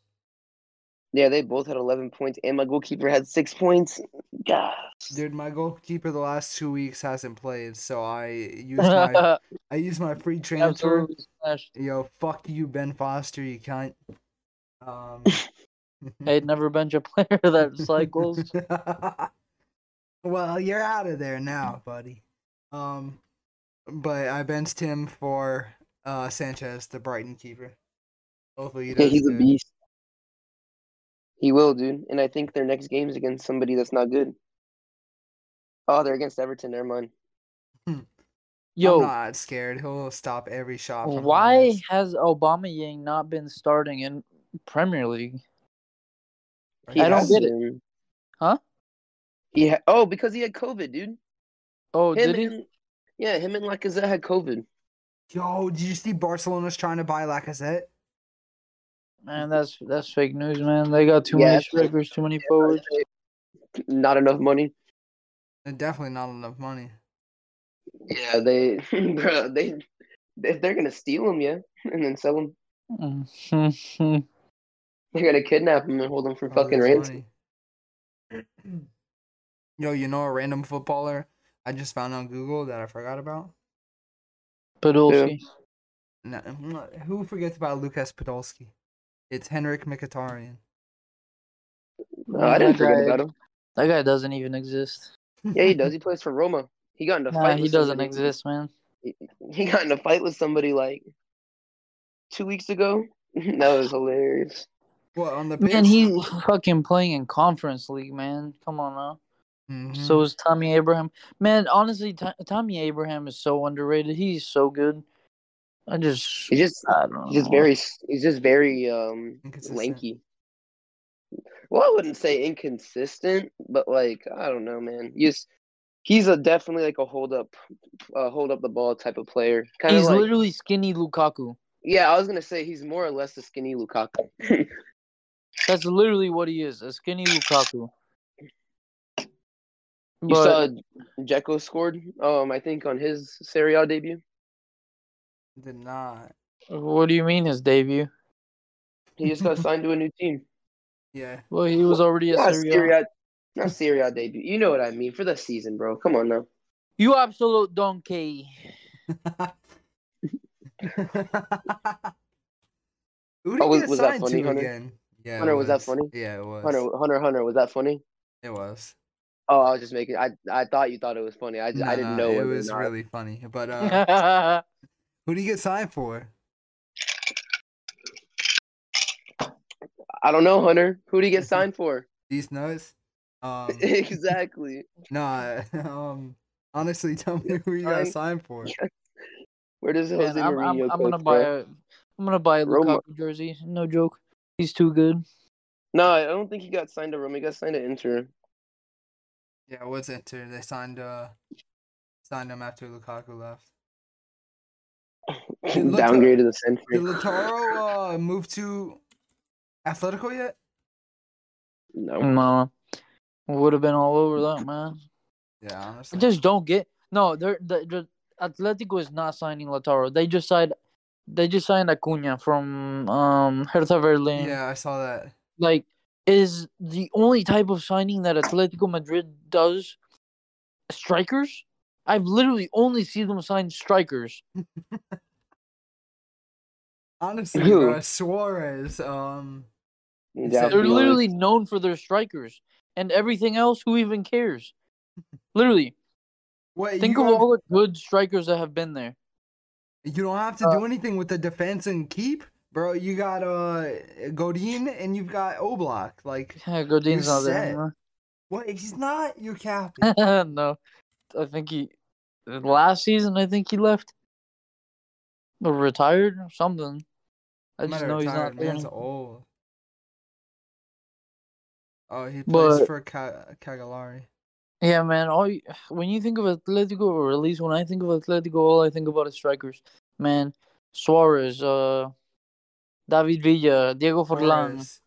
Speaker 3: Yeah, they both had eleven points, and my goalkeeper had six points. God.
Speaker 2: Dude, my goalkeeper the last two weeks hasn't played, so I used my
Speaker 1: Absolutely
Speaker 2: I used my free transfer.
Speaker 1: smashed.
Speaker 2: Yo, fuck you, Ben Foster, you cunt. Um,
Speaker 1: Hey, never bench a player that cycles.
Speaker 2: well, you're out of there now, buddy. Um, but I benched him for uh Sanchez, the Brighton keeper. Hopefully, he
Speaker 3: Yeah,
Speaker 2: does
Speaker 3: he's a
Speaker 2: good.
Speaker 3: beast. He will, dude. And I think their next game's against somebody that's not good. Oh, they're against Everton. Never mind.
Speaker 2: I'm
Speaker 1: Yo,
Speaker 2: not scared. He'll stop every shot. From
Speaker 1: why
Speaker 2: Jimenez.
Speaker 1: has Obama Yang not been starting in Premier League?
Speaker 3: He
Speaker 1: I don't
Speaker 3: has
Speaker 1: get it.
Speaker 3: been.
Speaker 1: Huh?
Speaker 3: He ha- oh, because he had COVID, dude.
Speaker 1: Oh,
Speaker 3: Him
Speaker 1: did he?
Speaker 3: and- yeah, him and Lacazette had COVID.
Speaker 2: Yo, did you see Barcelona's trying to buy Lacazette?
Speaker 1: Man, that's that's fake news, man. They got too
Speaker 3: Yeah,
Speaker 1: many
Speaker 3: that's fake.
Speaker 1: strikers, too many forwards.
Speaker 3: Not enough money.
Speaker 2: They're definitely not enough money.
Speaker 3: Yeah, they, bro, they, if they're gonna steal him, yeah, and then sell him.
Speaker 1: Mhm.
Speaker 3: They're gonna kidnap him and hold him for
Speaker 2: Oh,
Speaker 3: fucking
Speaker 2: that's
Speaker 3: ransom.
Speaker 2: funny. Yo, you know a random footballer I just found on Google that I forgot about?
Speaker 1: Podolski.
Speaker 2: No, who forgets about Lukas Podolski? It's Henrik Mkhitaryan.
Speaker 3: Uh, I didn't
Speaker 1: That
Speaker 3: forget
Speaker 1: guy-
Speaker 3: about him.
Speaker 1: That guy doesn't even exist.
Speaker 3: Yeah, he does. He plays for Roma. He got in a
Speaker 1: Nah,
Speaker 3: fight.
Speaker 1: he
Speaker 3: with
Speaker 1: doesn't
Speaker 3: somebody-
Speaker 1: exist, man.
Speaker 3: He got in a fight with somebody like two weeks ago. that was hilarious.
Speaker 2: What on the pitch?
Speaker 1: Man, he's fucking playing in Conference League, man. Come on now.
Speaker 2: Mhm.
Speaker 3: Mm-hmm.
Speaker 1: So is Tommy Abraham. Man, honestly, T- Tommy Abraham is so underrated. He's so good. I just,
Speaker 3: He's just
Speaker 1: I don't know.
Speaker 3: he's just very he's just very um
Speaker 2: Inconsistent.
Speaker 3: lanky. Well, I wouldn't say inconsistent, but like I don't know, man. He's he's a definitely like a hold up, uh, hold up the ball type of player. Kind of
Speaker 1: He's
Speaker 3: like
Speaker 1: literally skinny Lukaku.
Speaker 3: yeah, I was gonna say he's more or less a skinny Lukaku.
Speaker 1: That's literally what he is, a skinny Lukaku.
Speaker 3: You
Speaker 1: But
Speaker 3: saw Jekko scored, um, I think on his Serie A debut.
Speaker 2: Did not.
Speaker 1: what do you mean his debut?
Speaker 3: He just got signed to a new team.
Speaker 2: Yeah.
Speaker 1: Well, he was already at
Speaker 3: Not
Speaker 1: Serie. A.
Speaker 3: Serie A, not Serie A debut. You know what I mean for the season, bro. Come on now.
Speaker 1: You absolute donkey.
Speaker 2: Who did
Speaker 3: Oh,
Speaker 2: he
Speaker 3: was-
Speaker 2: get
Speaker 3: was that
Speaker 2: signed
Speaker 3: funny,
Speaker 2: to
Speaker 3: Hunter?
Speaker 2: again? Yeah, it
Speaker 3: Hunter, was that funny?
Speaker 2: Yeah, it was.
Speaker 3: Hunter, Hunter, Hunter, was that funny?
Speaker 2: It was.
Speaker 3: Oh, I was just making. I I thought you thought it was funny. I,
Speaker 2: No,
Speaker 3: I didn't
Speaker 2: no,
Speaker 3: know
Speaker 2: It
Speaker 3: whether or
Speaker 2: was
Speaker 3: not.
Speaker 2: really funny. But uh, who do you get signed for?
Speaker 3: I don't know, Hunter. Who did he get signed for?
Speaker 2: These nuts? Um,
Speaker 3: exactly.
Speaker 2: nah. Um, honestly, tell me who you got
Speaker 3: Signed-
Speaker 2: signed for.
Speaker 3: Where does Jose
Speaker 1: Man, I'm, I'm,
Speaker 3: Mourinho
Speaker 1: I'm
Speaker 3: coach,
Speaker 1: gonna buy
Speaker 3: bro?
Speaker 1: a, I'm gonna buy a
Speaker 3: Roma.
Speaker 1: Lukaku jersey. No joke. He's too good.
Speaker 3: No, I don't think he got signed to Roma. He got signed to Inter.
Speaker 2: Yeah, it was Inter. They signed uh, signed him after Lukaku left. Did Lautaro-
Speaker 3: Downgrade to the century.
Speaker 2: Did Lataro uh, move to Atletico yet? Hmm.
Speaker 3: No.
Speaker 1: Mama would have been all over that man.
Speaker 2: Yeah,
Speaker 1: I
Speaker 2: honestly.
Speaker 1: just don't get. No, they're the, the Atletico is not signing Lautaro. They just signed, they just signed Acuna from um Hertha Berlin.
Speaker 2: yeah, I saw that.
Speaker 1: like is the only type of signing that Atletico Madrid does strikers. I've literally only seen them sign strikers.
Speaker 2: Honestly,
Speaker 3: Who?
Speaker 2: uh, Suarez. Um,
Speaker 3: Yeah,
Speaker 1: They're
Speaker 2: Really?
Speaker 1: literally known for their strikers, and everything else. Who even cares? Literally,
Speaker 2: wait,
Speaker 1: think
Speaker 2: you,
Speaker 1: of
Speaker 2: have-
Speaker 1: all the good strikers that have been there.
Speaker 2: you don't have to do anything with the defense and keep, bro. You got uh Godin and you've got Oblak. Like,
Speaker 1: Yeah, Godin's not there
Speaker 2: said-
Speaker 1: anymore.
Speaker 2: what? He's not your captain.
Speaker 1: no, I think he last season. I think he left or retired or something. I just
Speaker 2: Matter
Speaker 1: know
Speaker 2: of
Speaker 1: he's
Speaker 2: tired,
Speaker 1: not there.
Speaker 2: Man's
Speaker 1: anymore.
Speaker 2: old. Oh, he plays
Speaker 1: But-
Speaker 2: for Ca- Cagliari.
Speaker 1: Yeah, man. All you, when you think of Atletico, or at least when I think of Atletico, all I think about is strikers. Man, Suarez, uh, David Villa, Diego Forlan.
Speaker 2: Suarez.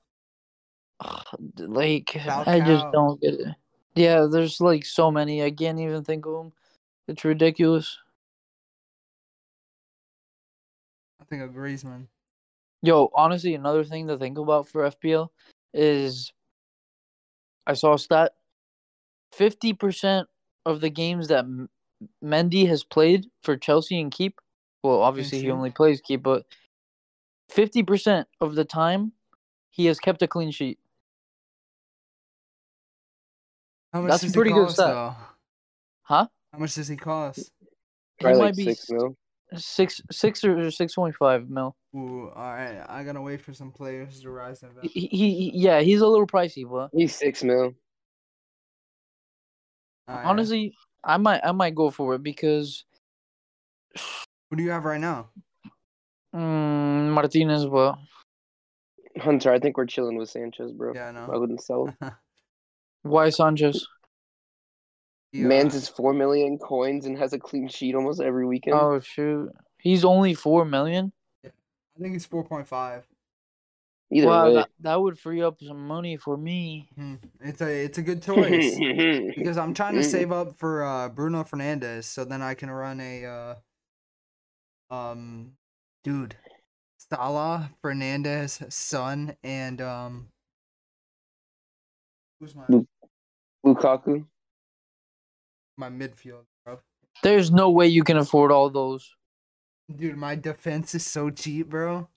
Speaker 1: Ugh, Like I just
Speaker 2: Falcao.
Speaker 1: don't get it. Yeah, there's like so many. I can't even think of them. It's ridiculous.
Speaker 2: I think of Griezmann.
Speaker 1: Yo, honestly, another thing to think about for FPL is I saw a stat: fifty percent of the games that M- Mendy has played for Chelsea and keep. Well, obviously he
Speaker 2: sheet.
Speaker 1: only plays keep, but fifty percent of the time he has kept a clean sheet.
Speaker 2: How much
Speaker 1: That's
Speaker 2: does
Speaker 1: pretty
Speaker 2: he
Speaker 1: good
Speaker 2: cost,
Speaker 1: stat.
Speaker 2: though?
Speaker 1: Huh?
Speaker 2: How much does he cost?
Speaker 1: He
Speaker 3: Probably
Speaker 1: might
Speaker 3: like
Speaker 1: be
Speaker 3: six
Speaker 1: s-
Speaker 3: mil.
Speaker 1: six, six or six point five mil.
Speaker 2: Ooh, all right. I gotta wait for some players to rise and
Speaker 1: He, he, he, yeah, he's a little pricey, but
Speaker 3: He's six mil.
Speaker 2: uh,
Speaker 1: honestly, I might, I might go for it because
Speaker 2: who do you have right now?
Speaker 1: mm, Martinez, but
Speaker 3: Hunter, I think we're chilling with Sanchez, bro.
Speaker 2: Yeah, I
Speaker 3: I
Speaker 2: know.
Speaker 3: wouldn't sell him.
Speaker 1: why Sanchez?
Speaker 2: You, uh,
Speaker 3: Man's is four million coins and has a clean sheet almost every weekend.
Speaker 1: Oh shoot, he's only four million.
Speaker 2: I think it's four point five.
Speaker 3: Either
Speaker 1: wow,
Speaker 3: way.
Speaker 1: that, that would free up some money for me.
Speaker 2: Hmm. It's a it's a good choice because I'm trying to
Speaker 3: Mm.
Speaker 2: save up for uh, Bruno Fernandez, so then I can run a uh, um, dude, Salah, Fernandez, Son, and um. Who's my
Speaker 3: Lukaku.
Speaker 2: my midfield, bro?
Speaker 1: There's no way you can afford all those.
Speaker 2: Dude, my defense is so cheap, bro.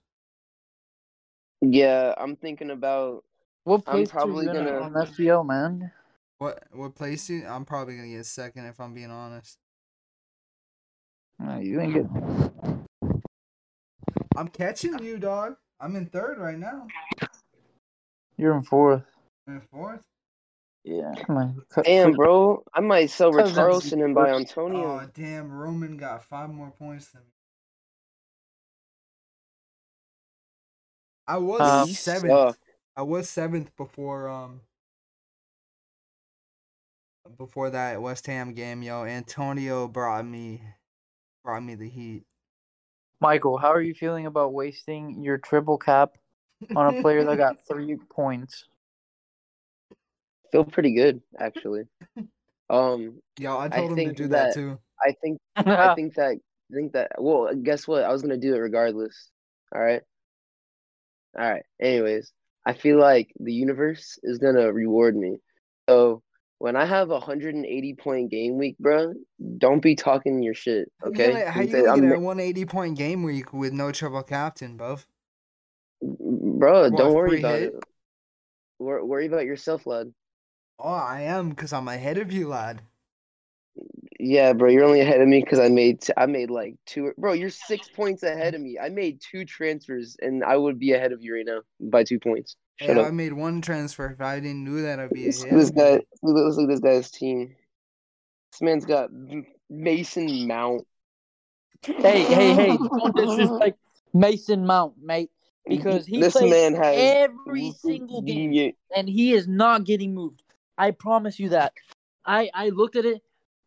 Speaker 3: Yeah, I'm thinking about.
Speaker 1: What
Speaker 3: I'm
Speaker 1: place are you
Speaker 3: probably
Speaker 1: in
Speaker 3: gonna-
Speaker 1: on FPL, man?
Speaker 2: What what place? You, I'm probably gonna get second if I'm being honest.
Speaker 1: No, you ain't good.
Speaker 2: I'm catching you, dog. I'm in third right now.
Speaker 1: You're in fourth.
Speaker 2: I'm in fourth.
Speaker 1: Yeah. Come on. Cut-
Speaker 3: Damn, bro, I might sell
Speaker 1: Cousins.
Speaker 3: Richarlison and buy
Speaker 2: Oh
Speaker 3: Antonio.
Speaker 2: damn, Roman got five more points than me. I was
Speaker 1: Uh,
Speaker 2: seventh.
Speaker 3: suck.
Speaker 2: I was seventh before um before that West Ham game, yo. Antonio brought me brought me the heat.
Speaker 1: Michael, how are you feeling about wasting your triple cap on a player that got three points?
Speaker 3: Feel pretty good actually. Um,
Speaker 2: Yo, I
Speaker 3: I
Speaker 2: told him to
Speaker 3: think
Speaker 2: do
Speaker 3: that-
Speaker 2: that, too.
Speaker 3: I think I think that I think that well, guess what? I was gonna do it regardless. All right. All right. Anyways, I feel like the universe is gonna reward me. So when I have a hundred and eighty point game week, bro, don't be talking your shit. Okay.
Speaker 2: Yeah, how
Speaker 3: Think
Speaker 2: you
Speaker 3: that
Speaker 2: gonna
Speaker 3: I'm-
Speaker 2: get a one eighty point game week with no triple captain, bro?
Speaker 3: bro, don't worry
Speaker 2: free
Speaker 3: about
Speaker 2: hit?
Speaker 3: it. Wor- worry about yourself, lad.
Speaker 2: Oh, I am because I'm ahead of you, lad.
Speaker 3: Yeah, bro, you're only ahead of me because I made t- I made like two. Bro, you're six points ahead of me. I made two transfers, and I would be ahead of you right now by two points.
Speaker 2: Hey,
Speaker 3: Shut
Speaker 2: I
Speaker 3: up.
Speaker 2: made one transfer. If I didn't do that, I'd be
Speaker 3: This,
Speaker 2: ahead.
Speaker 3: this
Speaker 2: of you.
Speaker 3: guy, look look at this guy's team. This man's got M- Mason Mount.
Speaker 1: Hey, hey, hey! Don't disrespect Mason Mount, mate, because he
Speaker 3: this
Speaker 1: plays
Speaker 3: man has
Speaker 1: every single game,
Speaker 3: convenient-
Speaker 1: and he is not getting moved. I promise you that. I I looked at it.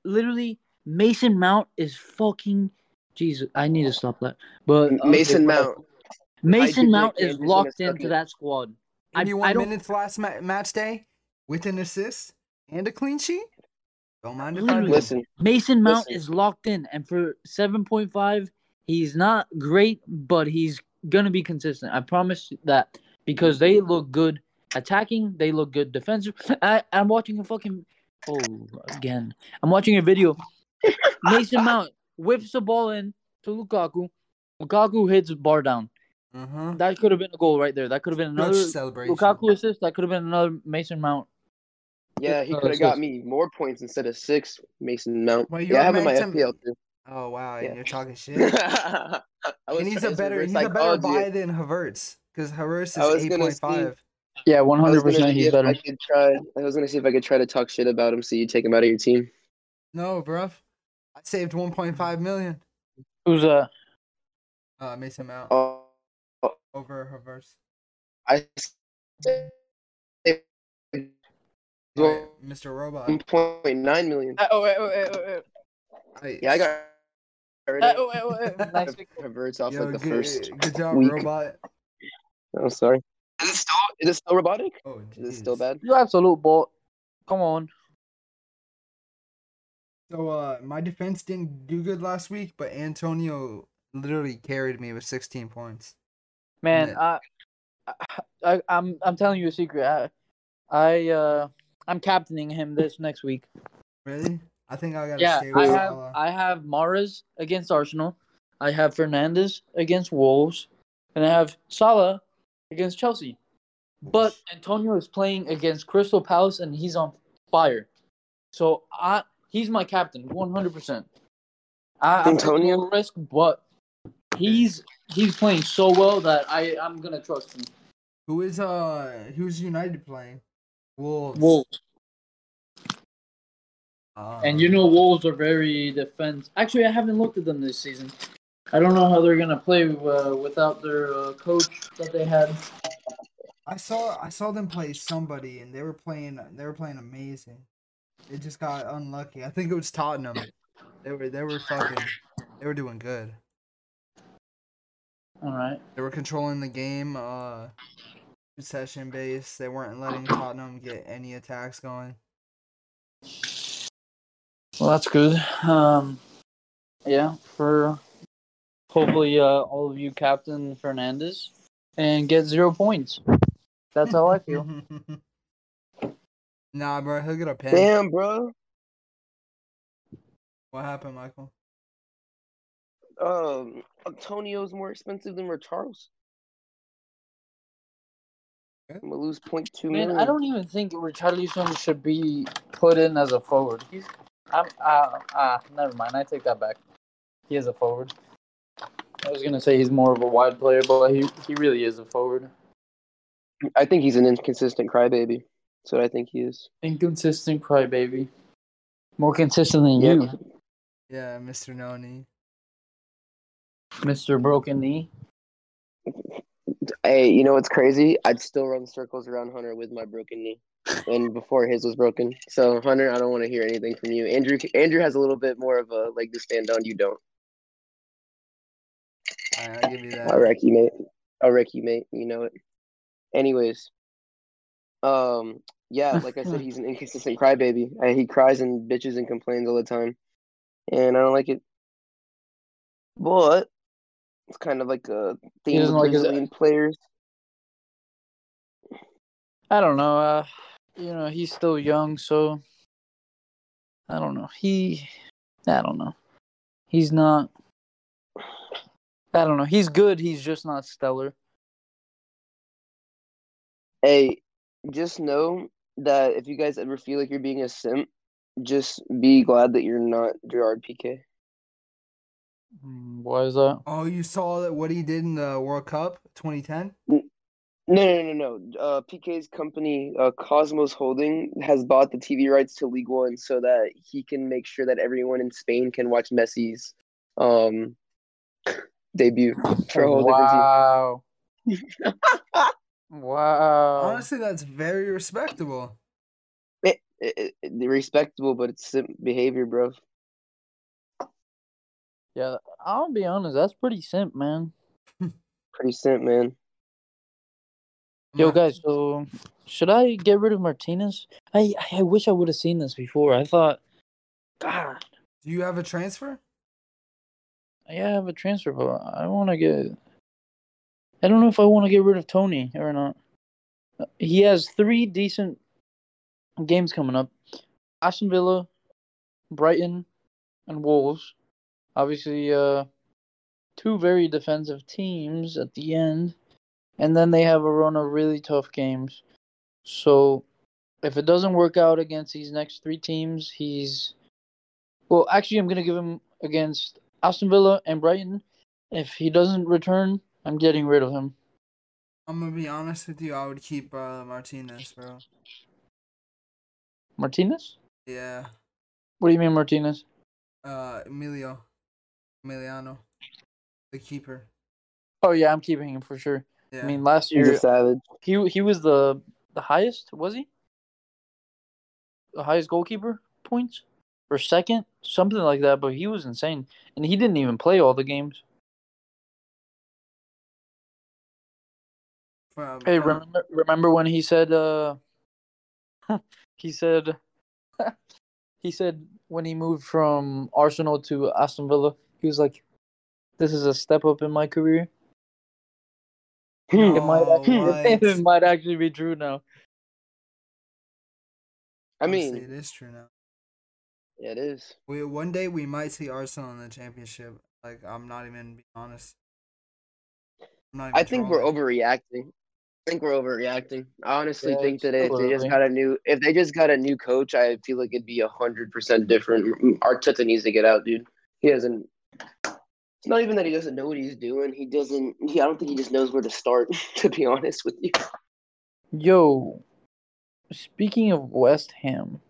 Speaker 1: Literally, Mason Mount is fucking Jesus. I need to stop that. But okay,
Speaker 3: Mason
Speaker 1: whatever.
Speaker 3: Mount. I
Speaker 1: Mason
Speaker 3: did
Speaker 1: Mount
Speaker 3: that
Speaker 1: is
Speaker 3: game, he's gonna
Speaker 1: locked
Speaker 3: suck
Speaker 1: into
Speaker 3: it.
Speaker 1: that squad. I, I
Speaker 2: 81
Speaker 1: don't
Speaker 2: minutes last ma- match day with an assist and a clean sheet. Don't mind if I
Speaker 1: Literally.
Speaker 2: do.
Speaker 3: Listen,
Speaker 1: Mason Mount
Speaker 3: Listen.
Speaker 1: is locked in, and for seven point five, he's not great, but he's gonna be consistent. I promise you that because they look good attacking, they look good defensive. I, I'm watching a fucking oh again. I'm watching a video. Mason Mount whips the ball in to Lukaku. Lukaku hits bar down.
Speaker 2: Uh-huh.
Speaker 1: That could have been a goal right there. That could have been
Speaker 2: Another
Speaker 1: another
Speaker 2: celebration.
Speaker 1: Lukaku assist. That could have been another Mason Mount.
Speaker 3: yeah, he
Speaker 1: Uh,
Speaker 3: could have got
Speaker 1: six.
Speaker 3: me more points instead of six. Mason Mount.
Speaker 2: Well, you're
Speaker 3: yeah, I have him in my
Speaker 2: Mason-
Speaker 3: FPL too.
Speaker 2: Oh wow, and
Speaker 3: Yeah.
Speaker 2: you're talking shit.
Speaker 3: I was
Speaker 2: and he's
Speaker 3: trying
Speaker 2: a
Speaker 3: to
Speaker 2: better
Speaker 3: reverse
Speaker 2: he's a better
Speaker 3: psychology.
Speaker 2: buy than Havertz because Havertz
Speaker 3: I
Speaker 2: is
Speaker 3: was gonna
Speaker 2: 8.5.
Speaker 1: Yeah, one
Speaker 3: I was
Speaker 1: hundred
Speaker 3: gonna
Speaker 1: percent.
Speaker 3: see
Speaker 1: He's
Speaker 3: if I
Speaker 1: better.
Speaker 3: could try. I was gonna see if I could try to talk shit about him, so you take him out of your team.
Speaker 2: No, bruv. I saved 1.5 million.
Speaker 1: Who's uh?
Speaker 2: Uh Mason Mount
Speaker 3: Oh,
Speaker 2: over Havertz.
Speaker 3: I
Speaker 2: Alright, Mr. Robot.
Speaker 3: one point nine million.
Speaker 1: Oh, wait, wait, wait, wait.
Speaker 2: Alright,
Speaker 3: Yeah, I got rid
Speaker 1: Uh,
Speaker 3: of
Speaker 1: oh, oh, oh, oh. Nice.
Speaker 3: Havertz off
Speaker 2: yo,
Speaker 3: like the
Speaker 2: good,
Speaker 3: first.
Speaker 2: good job,
Speaker 3: week.
Speaker 2: Robot.
Speaker 3: I'm sorry. Is it still? Is it still robotic?
Speaker 2: Oh,
Speaker 3: Is it still
Speaker 2: jeez.
Speaker 3: bad?
Speaker 1: You absolute bot. Come on.
Speaker 2: So uh my defense didn't do good last week, but Antonio literally carried me with 16 points.
Speaker 1: Man,
Speaker 2: Man.
Speaker 1: I, I, I I'm I'm telling you a secret. I, I uh I'm captaining him this next week.
Speaker 2: Really? I think I gotta
Speaker 1: Yeah,
Speaker 2: stay
Speaker 1: I
Speaker 2: with
Speaker 1: have
Speaker 2: Salah.
Speaker 1: I have Mares against Arsenal. I have Fernandez against Wolves, and I have Salah against Chelsea. But Antonio is playing against Crystal Palace, and he's on fire. So I he's my captain, one hundred percent. I'm taking
Speaker 3: Antonio?
Speaker 1: a risk, but he's he's playing so well that I I'm gonna trust him.
Speaker 2: Who is uh who's United playing? Wolves.
Speaker 1: Wolves,
Speaker 2: Um,
Speaker 1: and you know Wolves are very defense. Actually, I haven't looked at them this season. I don't know how they're gonna play uh, without their uh, coach that they had.
Speaker 2: I saw I saw them play somebody and they were playing they were playing amazing. They just got unlucky. I think it was Tottenham. They were they were fucking they were doing good.
Speaker 1: All right,
Speaker 2: They were controlling the game, uh possession base. They weren't letting Tottenham get any attacks going.
Speaker 1: well that's good. Um, yeah, for Hopefully, uh, all of you captain Fernandez and get zero points. That's how I feel.
Speaker 2: nah, bro, he'll get a pen.
Speaker 3: Damn, bro.
Speaker 2: What happened, Michael?
Speaker 3: Um, Antonio's more expensive than Richarlison. I'm gonna lose point two million.
Speaker 1: Man, I don't even think Richarlison should be put in as a forward. He's, I'm, uh, uh, never mind. I take that back. He is a forward. I was gonna say he's more of a wide player, but he he really is a forward.
Speaker 3: I think he's an inconsistent crybaby. That's what I think he is.
Speaker 1: Inconsistent crybaby. More consistent than you,
Speaker 3: Yep.
Speaker 2: Yeah, Mr. Noni.
Speaker 1: Mister Broken Knee.
Speaker 3: Hey, you know what's crazy? I'd still run circles around Hunter with my broken knee, and before his was broken. So Hunter, I don't want to hear anything from you. Andrew, Andrew has a little bit more of a leg to stand on. You don't.
Speaker 2: Alright, I'll give you that.
Speaker 3: I wreck you, mate. I wreck you, mate. You know it. Anyways, um, yeah, like I said, he's an inconsistent crybaby. I, he cries and bitches and complains all the time, and I don't like it. But it's kind of like a
Speaker 1: He
Speaker 3: theme with
Speaker 1: doesn't like his-
Speaker 3: Brazilian players.
Speaker 1: I don't know. Uh, you know, he's still young, so I don't know. He, I don't know. He's not. I don't know. He's good. He's just not stellar.
Speaker 3: Hey, just know that if you guys ever feel like you're being a simp, just be glad that you're not Gerard Piqué.
Speaker 1: Mm, Why is that?
Speaker 2: Oh, you saw that what he did in the World Cup 2010?
Speaker 3: No, no, no, no. Uh, PK's company, uh, Cosmos Holding, has bought the TV rights to League One so that he can make sure that everyone in Spain can watch Messi's um debut for a whole different
Speaker 1: Wow. wow.
Speaker 2: Honestly, that's very respectable.
Speaker 3: team. It, it, it- respectable, but it's simp behavior, bro.
Speaker 1: Yeah, I'll be honest. That's pretty simp, man.
Speaker 3: Pretty simp, man.
Speaker 1: Yo,
Speaker 2: My-
Speaker 1: guys. So, should I get rid of Martinez? I I wish I would have seen this before. I thought, God,
Speaker 2: Do you have a transfer?
Speaker 1: Yeah, I have a transfer, but I want to get. I don't know if I want to get rid of Tony or not. Uh, He has three decent games coming up: Aston Villa, Brighton, and Wolves. Obviously, uh, two very defensive teams at the end, and then they have a run of really tough games. So, if it doesn't work out against these next three teams, he's. Well, actually, I'm gonna give him against Aston Villa and Brighton. If he doesn't return, I'm getting rid of him.
Speaker 2: I'm gonna be honest with you. I would keep uh, Martinez, bro.
Speaker 1: Martinez?
Speaker 2: Yeah,
Speaker 1: What do you mean, Martinez?
Speaker 2: uh, Emilio, Emiliano, the keeper.
Speaker 1: Oh yeah, I'm keeping him for sure.
Speaker 2: Yeah,
Speaker 1: I mean, last
Speaker 3: He's a
Speaker 1: year
Speaker 3: savage.
Speaker 1: he he was the the highest, was he? The highest goalkeeper points or second, something like that. But he was insane, and he didn't even play all the games.
Speaker 2: from,
Speaker 1: Hey,
Speaker 2: from-
Speaker 1: remember remember when he said uh he said he said when he moved from Arsenal to Aston Villa, he was like, "This is a step up in my career."
Speaker 2: No
Speaker 1: it might actually,
Speaker 2: Oh, what?
Speaker 1: it might actually be true now.
Speaker 3: I
Speaker 2: honestly,
Speaker 3: mean,
Speaker 2: it is true now.
Speaker 3: yeah, it is.
Speaker 2: We one day we might see Arsenal in the championship. Like I'm not even being honest. I'm not
Speaker 3: I
Speaker 2: even
Speaker 3: think we're
Speaker 2: trolling.
Speaker 3: overreacting. I think we're overreacting. I honestly
Speaker 1: Yeah,
Speaker 3: think that if they
Speaker 1: absolutely.
Speaker 3: just got a new, if they just got a new coach, I feel like it'd be hundred percent different. Arteta needs to get out, dude. He doesn't. It's not even that he doesn't know what he's doing. He doesn't. He, I don't think he just knows where to start. To be honest with you,
Speaker 1: Yo, speaking of West Ham,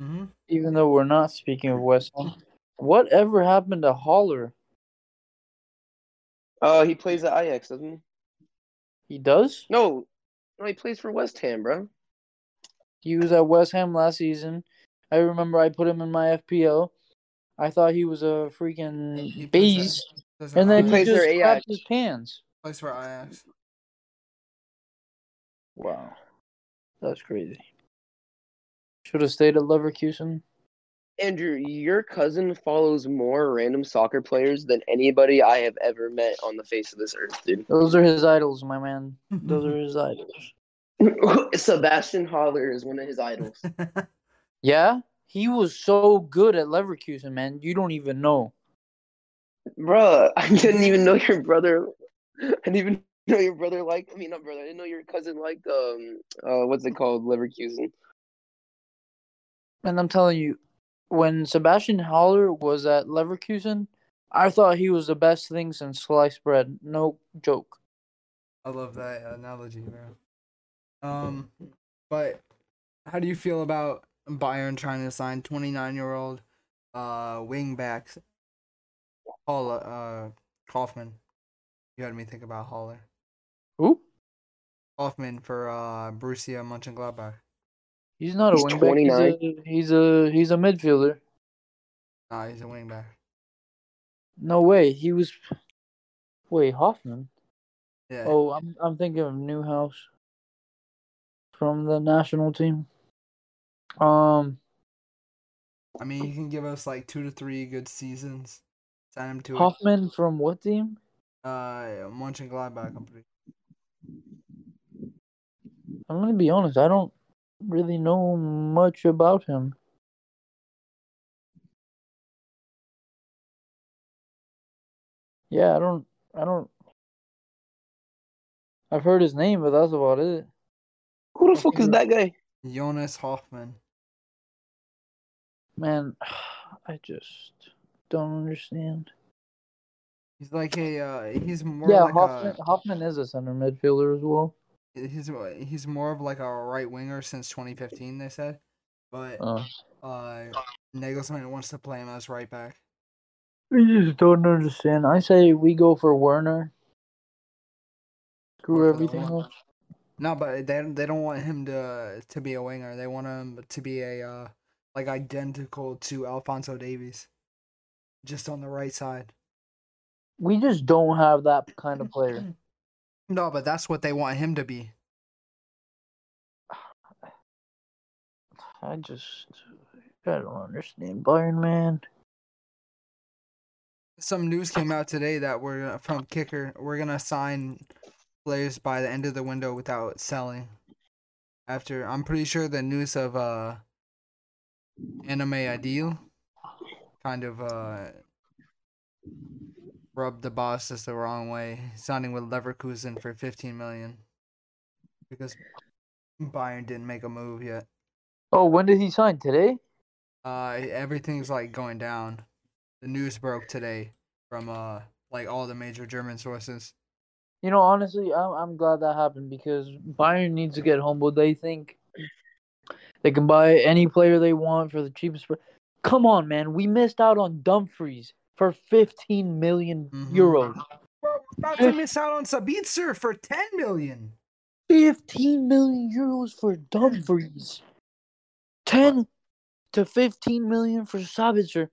Speaker 2: Mhm.
Speaker 1: even though we're not speaking of West Ham, whatever happened to Holler?
Speaker 3: uh, he plays at Ajax, doesn't he?
Speaker 1: He does.
Speaker 3: No, no, he plays for West Ham, bro.
Speaker 1: He was at West Ham last season. I remember I put him in my FPL. I thought he was a
Speaker 2: He
Speaker 1: freaking
Speaker 2: plays at-
Speaker 1: beast,
Speaker 2: Doesn't
Speaker 1: and then
Speaker 2: Ajax-
Speaker 1: he,
Speaker 3: plays
Speaker 1: just
Speaker 3: their
Speaker 1: crapped
Speaker 3: Ajax.
Speaker 1: his pants.
Speaker 2: plays for Ajax.
Speaker 1: Wow, that's crazy. Should have stayed at Leverkusen.
Speaker 3: Andrew, your cousin follows more random soccer players than anybody I have ever met on the face of this earth, dude.
Speaker 1: Those are his idols, my man. Those
Speaker 2: Mm-hmm.
Speaker 1: are his idols.
Speaker 3: Sebastian Haller is one of his idols.
Speaker 1: Yeah, he was so good at Leverkusen, man. You don't even know.
Speaker 3: Bruh, I didn't even know your brother. I didn't even know your brother liked. I mean, not brother. I didn't know your cousin liked. Um, uh, what's it called? Leverkusen.
Speaker 1: And I'm telling you, when Sebastian Haller was at Leverkusen, I thought he was the best thing since sliced bread. No joke.
Speaker 2: I love that analogy, bro. Um, but how do you feel about Bayern trying to sign 29 year old uh wing backs Paul uh Kaufman? You had me think about Haller.
Speaker 1: Who?
Speaker 2: Kaufman for uh Borussia Mönchengladbach.
Speaker 1: He's not a
Speaker 3: He's
Speaker 1: wing back. He's a, he's a he's a midfielder.
Speaker 2: Nah, he's a wing back.
Speaker 1: No way. He was. Wait, Hoffman.
Speaker 2: Yeah.
Speaker 1: Oh, I'm I'm thinking of Newhouse from the national team. Um,
Speaker 2: I mean, he can give us like two to three good seasons. Sign him to a
Speaker 1: Hoffman from what team?
Speaker 2: uh, Mönchengladbach. I'm pretty-
Speaker 1: I'm gonna be honest. I don't really know much about him. Yeah, I don't. I don't. I've heard his name, but that's about it.
Speaker 3: Who the fuck is that guy?
Speaker 2: Jonas Hoffman.
Speaker 1: Man, I just don't understand.
Speaker 2: He's like a uh, he's more
Speaker 1: yeah,
Speaker 2: like
Speaker 1: Hoffman, Hoffman is a center midfielder as well.
Speaker 2: a he's he's more of like a right winger since 2015. They said, but
Speaker 1: Uh,
Speaker 2: uh, Nagelsmann wants to play him as right back.
Speaker 1: I just don't understand. I say we go for Werner.
Speaker 2: Go for
Speaker 1: Screw
Speaker 2: the
Speaker 1: everything
Speaker 2: Werner.
Speaker 1: else.
Speaker 2: No, but they they don't want him to to be a winger. They want him to be a uh, like identical to Alfonso Davies, just on the right side.
Speaker 1: We just don't have that kind of player.
Speaker 2: No, but that's what they want him to be.
Speaker 1: I just, I don't understand Bayern, man.
Speaker 2: Some news came out today that we're gonna- from kicker. We're gonna sign players by the end of the window without selling. After I'm pretty sure the news of uh, anime ideal kind of uh rubbed the boss just the wrong way, signing with Leverkusen for 15 million because Bayern didn't make a move yet.
Speaker 1: Oh, when did he sign today?
Speaker 2: Uh, everything's like going down. The news broke today from uh like all the major German sources.
Speaker 1: You know, honestly, I'm I'm glad that happened because Bayern needs to get humbled. They think they can buy any player they want for the cheapest. pr- Come on, man, we missed out on Dumfries for 15 million
Speaker 2: Mhm.
Speaker 1: euros.
Speaker 2: Bro, we're about to miss out on Sabitzer for 10 million.
Speaker 1: 15 million euros for Dumfries. 10 to 15 million for Sabitzer.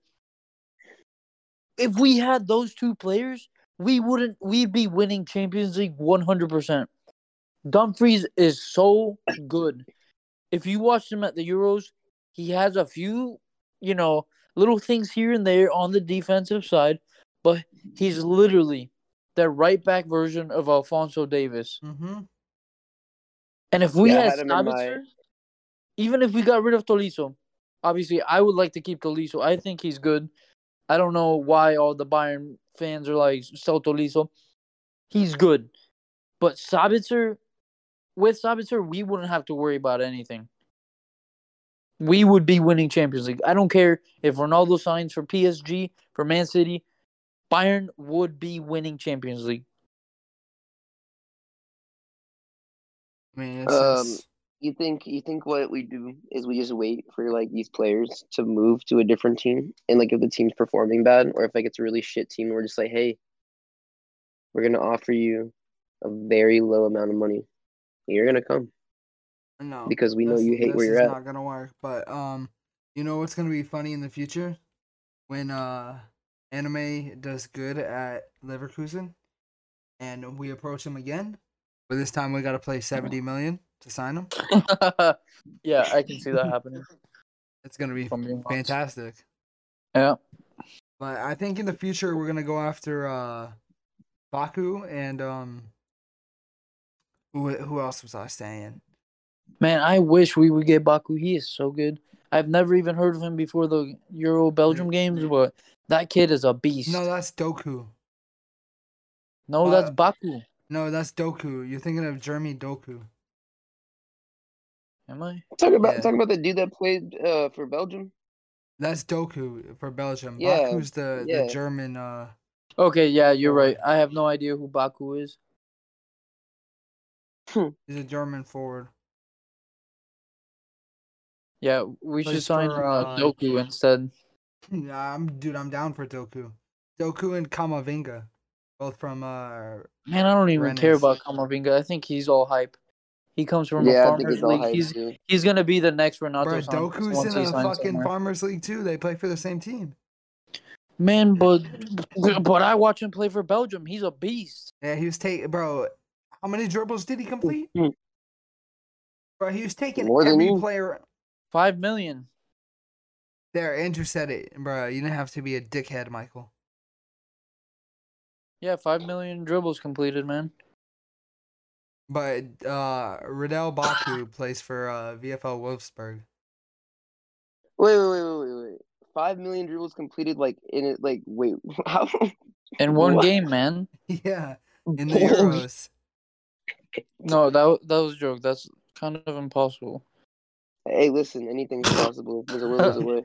Speaker 1: If we had those two players, we wouldn't we'd be winning Champions League 100%. Dumfries is so good. If you watch him at the Euros, he has a few, you know, little things here and there on the defensive side, but he's literally the right back version of Alfonso Davis.
Speaker 2: Mm-hmm.
Speaker 1: And if we
Speaker 3: Yeah, I
Speaker 1: had
Speaker 3: had him in my-
Speaker 1: Sabitzer, even if we got rid of Tolisso, obviously I would like to keep Tolisso. I think he's good. I don't know why all the Bayern fans are like sell Tolisso. He's good, but Sabitzer, with Sabitzer, we wouldn't have to worry about anything. We would be winning Champions League. I don't care if Ronaldo signs for PSG for Man City. Bayern would be winning Champions League.
Speaker 2: I mean, it's,
Speaker 3: Um,
Speaker 2: it's-
Speaker 3: You think you think what we do is we just wait for like these players to move to a different team, and like if the team's performing bad, or if like it's a really shit team, we're just like, hey, we're gonna offer you a very low amount of money, you're gonna come
Speaker 2: no,
Speaker 3: because we know
Speaker 2: this-
Speaker 3: you hate
Speaker 2: this
Speaker 3: where
Speaker 2: is
Speaker 3: you're at.
Speaker 2: not gonna work. But um, you know what's gonna be funny in the future when uh anime does good at Leverkusen, and we approach him again. But this time we gotta play 70 million to sign him.
Speaker 1: yeah, I can see that happening.
Speaker 2: It's gonna be
Speaker 1: if I'm being honest.
Speaker 2: fantastic.
Speaker 1: Yeah.
Speaker 2: But I think in the future we're gonna go after uh, Baku and um, who who else was I saying?
Speaker 1: Man, I wish we would get Baku. He is so good. I've never even heard of him before the Euro Belgium games, but that kid is a beast.
Speaker 2: Mm. No,
Speaker 1: No,
Speaker 2: that's Doku.
Speaker 1: that's
Speaker 2: uh,
Speaker 1: Baku.
Speaker 2: No, that's Doku. You're thinking of Jeremy Doku.
Speaker 1: Am I?
Speaker 3: Talking about
Speaker 2: Yeah.
Speaker 3: talking about the dude that played uh, for Belgium.
Speaker 2: That's Doku for Belgium.
Speaker 3: Yeah,
Speaker 2: Baku's the,
Speaker 3: yeah.
Speaker 2: the German. Uh,
Speaker 1: Okay, yeah, you're
Speaker 2: Yeah.
Speaker 1: right. I have no idea who Baku is.
Speaker 2: he's a German forward.
Speaker 1: Yeah, we should
Speaker 2: Plays
Speaker 1: sign
Speaker 2: for,
Speaker 1: uh,
Speaker 2: uh,
Speaker 1: Doku instead.
Speaker 2: Yeah, I'm dude. I'm down for Doku. Doku and Kamavinga, both from uh,
Speaker 1: Man, I don't even care
Speaker 2: Rennes.
Speaker 1: about Kamavinga. I think he's all hype. He comes from a
Speaker 3: yeah, I think
Speaker 1: farmers
Speaker 3: it's all
Speaker 1: league.
Speaker 3: hype
Speaker 1: He's
Speaker 3: too.
Speaker 1: he's gonna be the next Renato
Speaker 2: Bro,
Speaker 1: Sanchez
Speaker 2: Doku's
Speaker 1: once
Speaker 2: in
Speaker 1: he
Speaker 2: the
Speaker 1: signs
Speaker 2: fucking
Speaker 1: somewhere.
Speaker 2: Farmers League too. They play for the same team.
Speaker 1: Man, but but I watch him play for Belgium. He's a beast.
Speaker 2: Yeah, he was taking bro. How many dribbles did he complete?
Speaker 3: Mhm.
Speaker 2: Bro, he was taking
Speaker 3: More than
Speaker 2: every
Speaker 3: you.
Speaker 2: player
Speaker 1: Five million.
Speaker 2: there. Andrew said it, bro. You didn't have to be a dickhead, Michael.
Speaker 1: Yeah, five million dribbles completed, man.
Speaker 2: But uh Riddell Baku plays for uh VFL Wolfsburg.
Speaker 3: Wait, wait, wait, wait, wait, wait. Five million dribbles completed. Like in it. Like wait, how?
Speaker 1: In one
Speaker 3: What?
Speaker 1: game, man.
Speaker 2: yeah, in the Euros.
Speaker 1: No, that wa- that was a joke. That's kind of impossible.
Speaker 3: Hey, listen, anything's possible. There's a will, there's a way.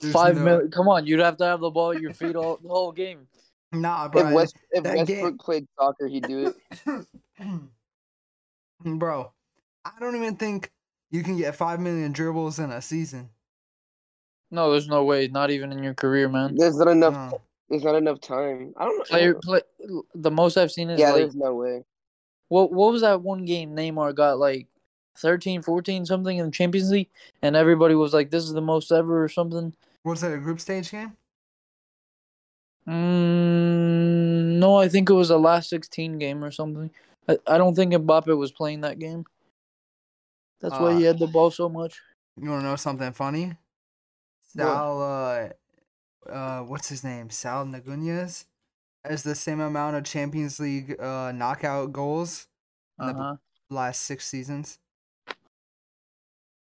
Speaker 2: There's
Speaker 1: Five
Speaker 2: no-
Speaker 1: million. Come on, you'd have to have the ball at your feet all the whole game.
Speaker 2: Nah, bro.
Speaker 3: If, West, if
Speaker 2: that game-
Speaker 3: Westbrook played soccer, he'd do it.
Speaker 2: bro, I don't even think you can get five million dribbles in a season.
Speaker 1: No, there's no way. Not even in your career, man.
Speaker 3: There's not enough.
Speaker 2: No.
Speaker 3: There's not enough time. I don't know.
Speaker 1: Uh. Player, play. The most I've seen is
Speaker 3: yeah,
Speaker 1: like
Speaker 3: there's no way.
Speaker 1: what what was that one game Neymar got like 13, 14 something in the Champions League, and everybody was like, "This is the most ever" or something.
Speaker 2: Was that a group stage game?
Speaker 1: Mm, no, I think it was a last sixteen game or something. I, I don't think Mbappe was playing that game. That's why he
Speaker 2: Uh,
Speaker 1: had the ball so much.
Speaker 2: You want to know something funny?
Speaker 1: What?
Speaker 2: Sal, uh, uh, what's his name? Sal Nagunez has the same amount of Champions League uh, knockout goals in the-
Speaker 1: Uh huh.
Speaker 2: last six seasons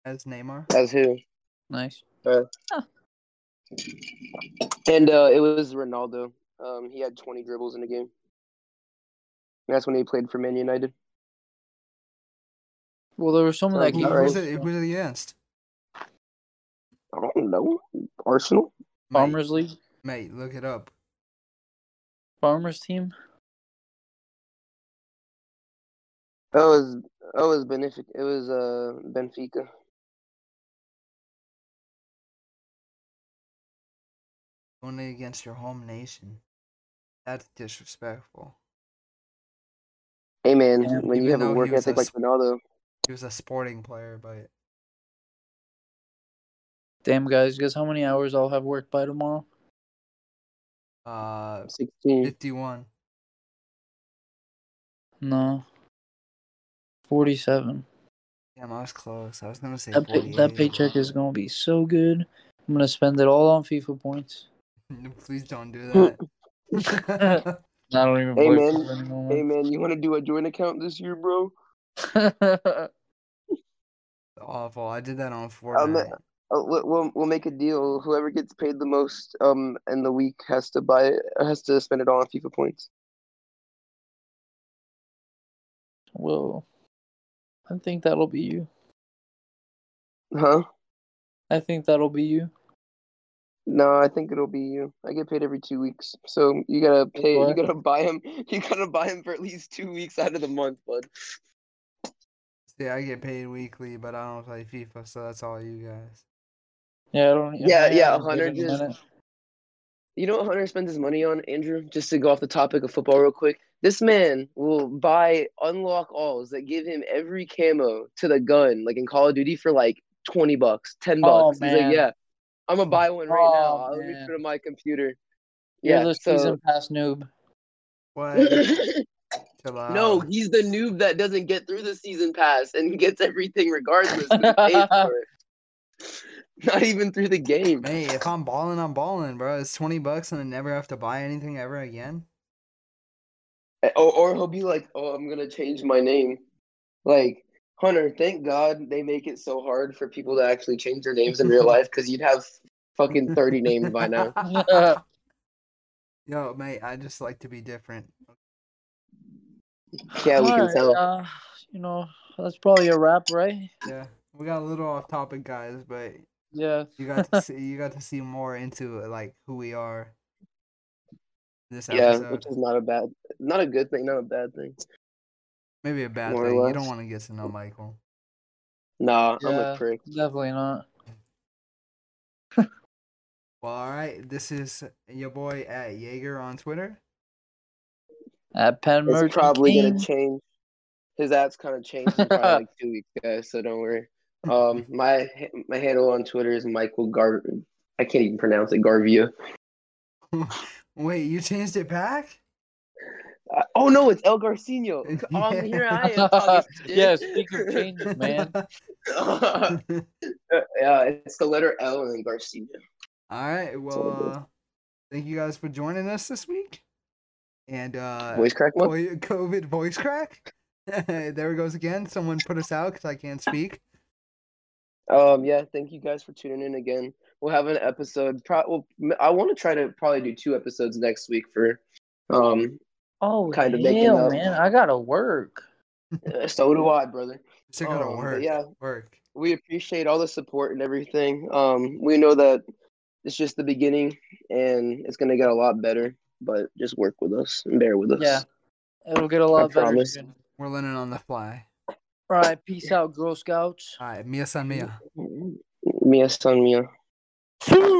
Speaker 2: as Neymar.
Speaker 3: As who?
Speaker 1: Nice.
Speaker 3: And uh, it was Ronaldo. Um, he had 20 dribbles in a game. And that's when he played for Man United.
Speaker 1: Well, there was someone
Speaker 3: Sorry,
Speaker 1: that
Speaker 3: Like,
Speaker 2: Who
Speaker 1: came.
Speaker 3: all
Speaker 2: was
Speaker 1: close.
Speaker 3: alright.
Speaker 2: it? Who was it against?
Speaker 3: I don't know. Arsenal.
Speaker 2: Mate,
Speaker 1: Farmers League,
Speaker 2: mate, look it up.
Speaker 1: Farmers team.
Speaker 3: Oh, it was oh, it was Benefic. It was uh Benfica.
Speaker 2: Only against your home nation. That's disrespectful.
Speaker 3: Hey man,
Speaker 1: Yeah,
Speaker 3: when you
Speaker 2: even
Speaker 3: have a
Speaker 2: though
Speaker 3: work
Speaker 2: he was
Speaker 3: ethic
Speaker 2: a
Speaker 3: like
Speaker 2: sp-
Speaker 3: Ronaldo,
Speaker 2: He was a sporting player, but
Speaker 1: Damn guys, guess how many hours I'll have worked by tomorrow?
Speaker 2: uh,
Speaker 3: 16.
Speaker 2: 51.
Speaker 1: No. Forty-seven.
Speaker 2: Damn, I was close. I was gonna say
Speaker 1: That pay- that
Speaker 2: 48.
Speaker 1: paycheck is gonna be so good. I'm gonna spend it all on FIFA points.
Speaker 2: Please don't do that.
Speaker 1: I don't even
Speaker 3: Hey,
Speaker 1: play
Speaker 3: man.
Speaker 1: FIFA anymore.
Speaker 3: Hey man, you want to do a joint account this year, bro?
Speaker 2: Awful. I did that on
Speaker 3: I'm
Speaker 2: Fortnite.
Speaker 3: not- Oh, we- we'll we'll make a deal. Whoever gets paid the most um in the week has to buy it, has to spend it all on FIFA points.
Speaker 1: Well, I think that'll be you.
Speaker 3: Huh?
Speaker 1: I think that'll be you.
Speaker 3: No, I think it'll be you. I get paid every two weeks, so you gotta pay. You
Speaker 1: what?
Speaker 3: gotta buy him. You gotta buy him for at least two weeks out of the month, bud.
Speaker 2: See, I get paid weekly, but I don't play FIFA, so that's all you guys.
Speaker 1: Yeah, I don't.
Speaker 3: Yeah,
Speaker 1: I
Speaker 3: yeah,
Speaker 1: haven't played
Speaker 3: Hunter
Speaker 1: in a
Speaker 3: just-
Speaker 1: minute.
Speaker 3: You know what Hunter spends his money on, Andrew? Just to go off the topic of football real quick. This man will buy unlock alls that give him every camo to the gun, like in Call of Duty, for like twenty bucks, ten
Speaker 1: Oh,
Speaker 3: bucks. He's like,
Speaker 1: man.
Speaker 3: yeah, I'm gonna buy one right
Speaker 1: Oh,
Speaker 3: now. Let me
Speaker 1: man.
Speaker 3: put it on my computer.
Speaker 1: You're
Speaker 3: Yeah,
Speaker 1: the
Speaker 3: so
Speaker 1: season pass noob.
Speaker 2: What? Chill out.
Speaker 3: no, he's the noob that doesn't get through the season pass and gets everything regardless. but he pays for it. Not even through the game.
Speaker 2: Hey, if I'm balling, I'm balling, bro. It's twenty bucks, and I never have to buy anything ever again.
Speaker 3: Or, or he'll be like, "Oh, I'm gonna change my name." Like Hunter, thank God they make it so hard for people to actually change their names in real life because you'd have fucking thirty names by now.
Speaker 2: Yo, mate, I just like to be different.
Speaker 3: Yeah, we can
Speaker 1: Alright,
Speaker 3: tell.
Speaker 1: uh, you know, that's probably a wrap, right?
Speaker 2: Yeah, we got a little off topic, guys, but
Speaker 1: Yeah.
Speaker 2: you got to see you got to see more into like who we are. This
Speaker 3: yeah,
Speaker 2: episode,
Speaker 3: which is not a bad, not a good thing, not a bad thing.
Speaker 2: maybe a bad
Speaker 3: more or
Speaker 2: thing. You
Speaker 3: less.
Speaker 2: don't want to get to know Michael.
Speaker 3: Nah, I'm
Speaker 1: Yeah.
Speaker 3: a prick.
Speaker 1: Definitely not.
Speaker 2: Well, all right, this is your boy at Jaeger on Twitter.
Speaker 1: At Penn
Speaker 3: It's
Speaker 1: Merchant
Speaker 3: probably gonna
Speaker 1: King.
Speaker 3: change. His app's kind of changed in probably like two weeks, guys. So don't worry. Um, my my handle on Twitter is Michael Gar. I can't even pronounce it. Garvia.
Speaker 2: Wait, you changed it back?
Speaker 3: Uh, oh no, it's El Garcino. Um, here I am. talking shit.
Speaker 1: yeah, speak of changes, man.
Speaker 3: yeah, it's the letter L and then Garcia.
Speaker 2: All right.
Speaker 3: all
Speaker 2: Well,
Speaker 3: good.
Speaker 2: uh, thank you guys for joining us this week. And uh,
Speaker 3: Voice crack one.
Speaker 2: coi- COVID voice crack. there it goes again. Someone put us out because I can't speak.
Speaker 3: Um, yeah, thank you guys for tuning in again. We'll have an episode. Pro- well, m- I want to try to probably do two episodes next week for. Um,
Speaker 1: Oh,
Speaker 3: Kinda
Speaker 1: hell,
Speaker 3: making up.
Speaker 1: man. I gotta work.
Speaker 3: so do I, brother.
Speaker 2: Still gotta
Speaker 3: Um, but
Speaker 2: work.
Speaker 3: yeah.
Speaker 2: Work.
Speaker 3: We appreciate all the support and everything. Um, we know that it's just the beginning, and it's gonna get a lot better. But just work with us and bear with us.
Speaker 1: Yeah. It'll get a lot better.
Speaker 3: promise.
Speaker 1: soon.
Speaker 2: We're learning on the fly.
Speaker 1: All right, peace out, Girl Scouts.
Speaker 2: All right, mia san mia.
Speaker 3: Mm-hmm. Mia san mia.
Speaker 1: Phew.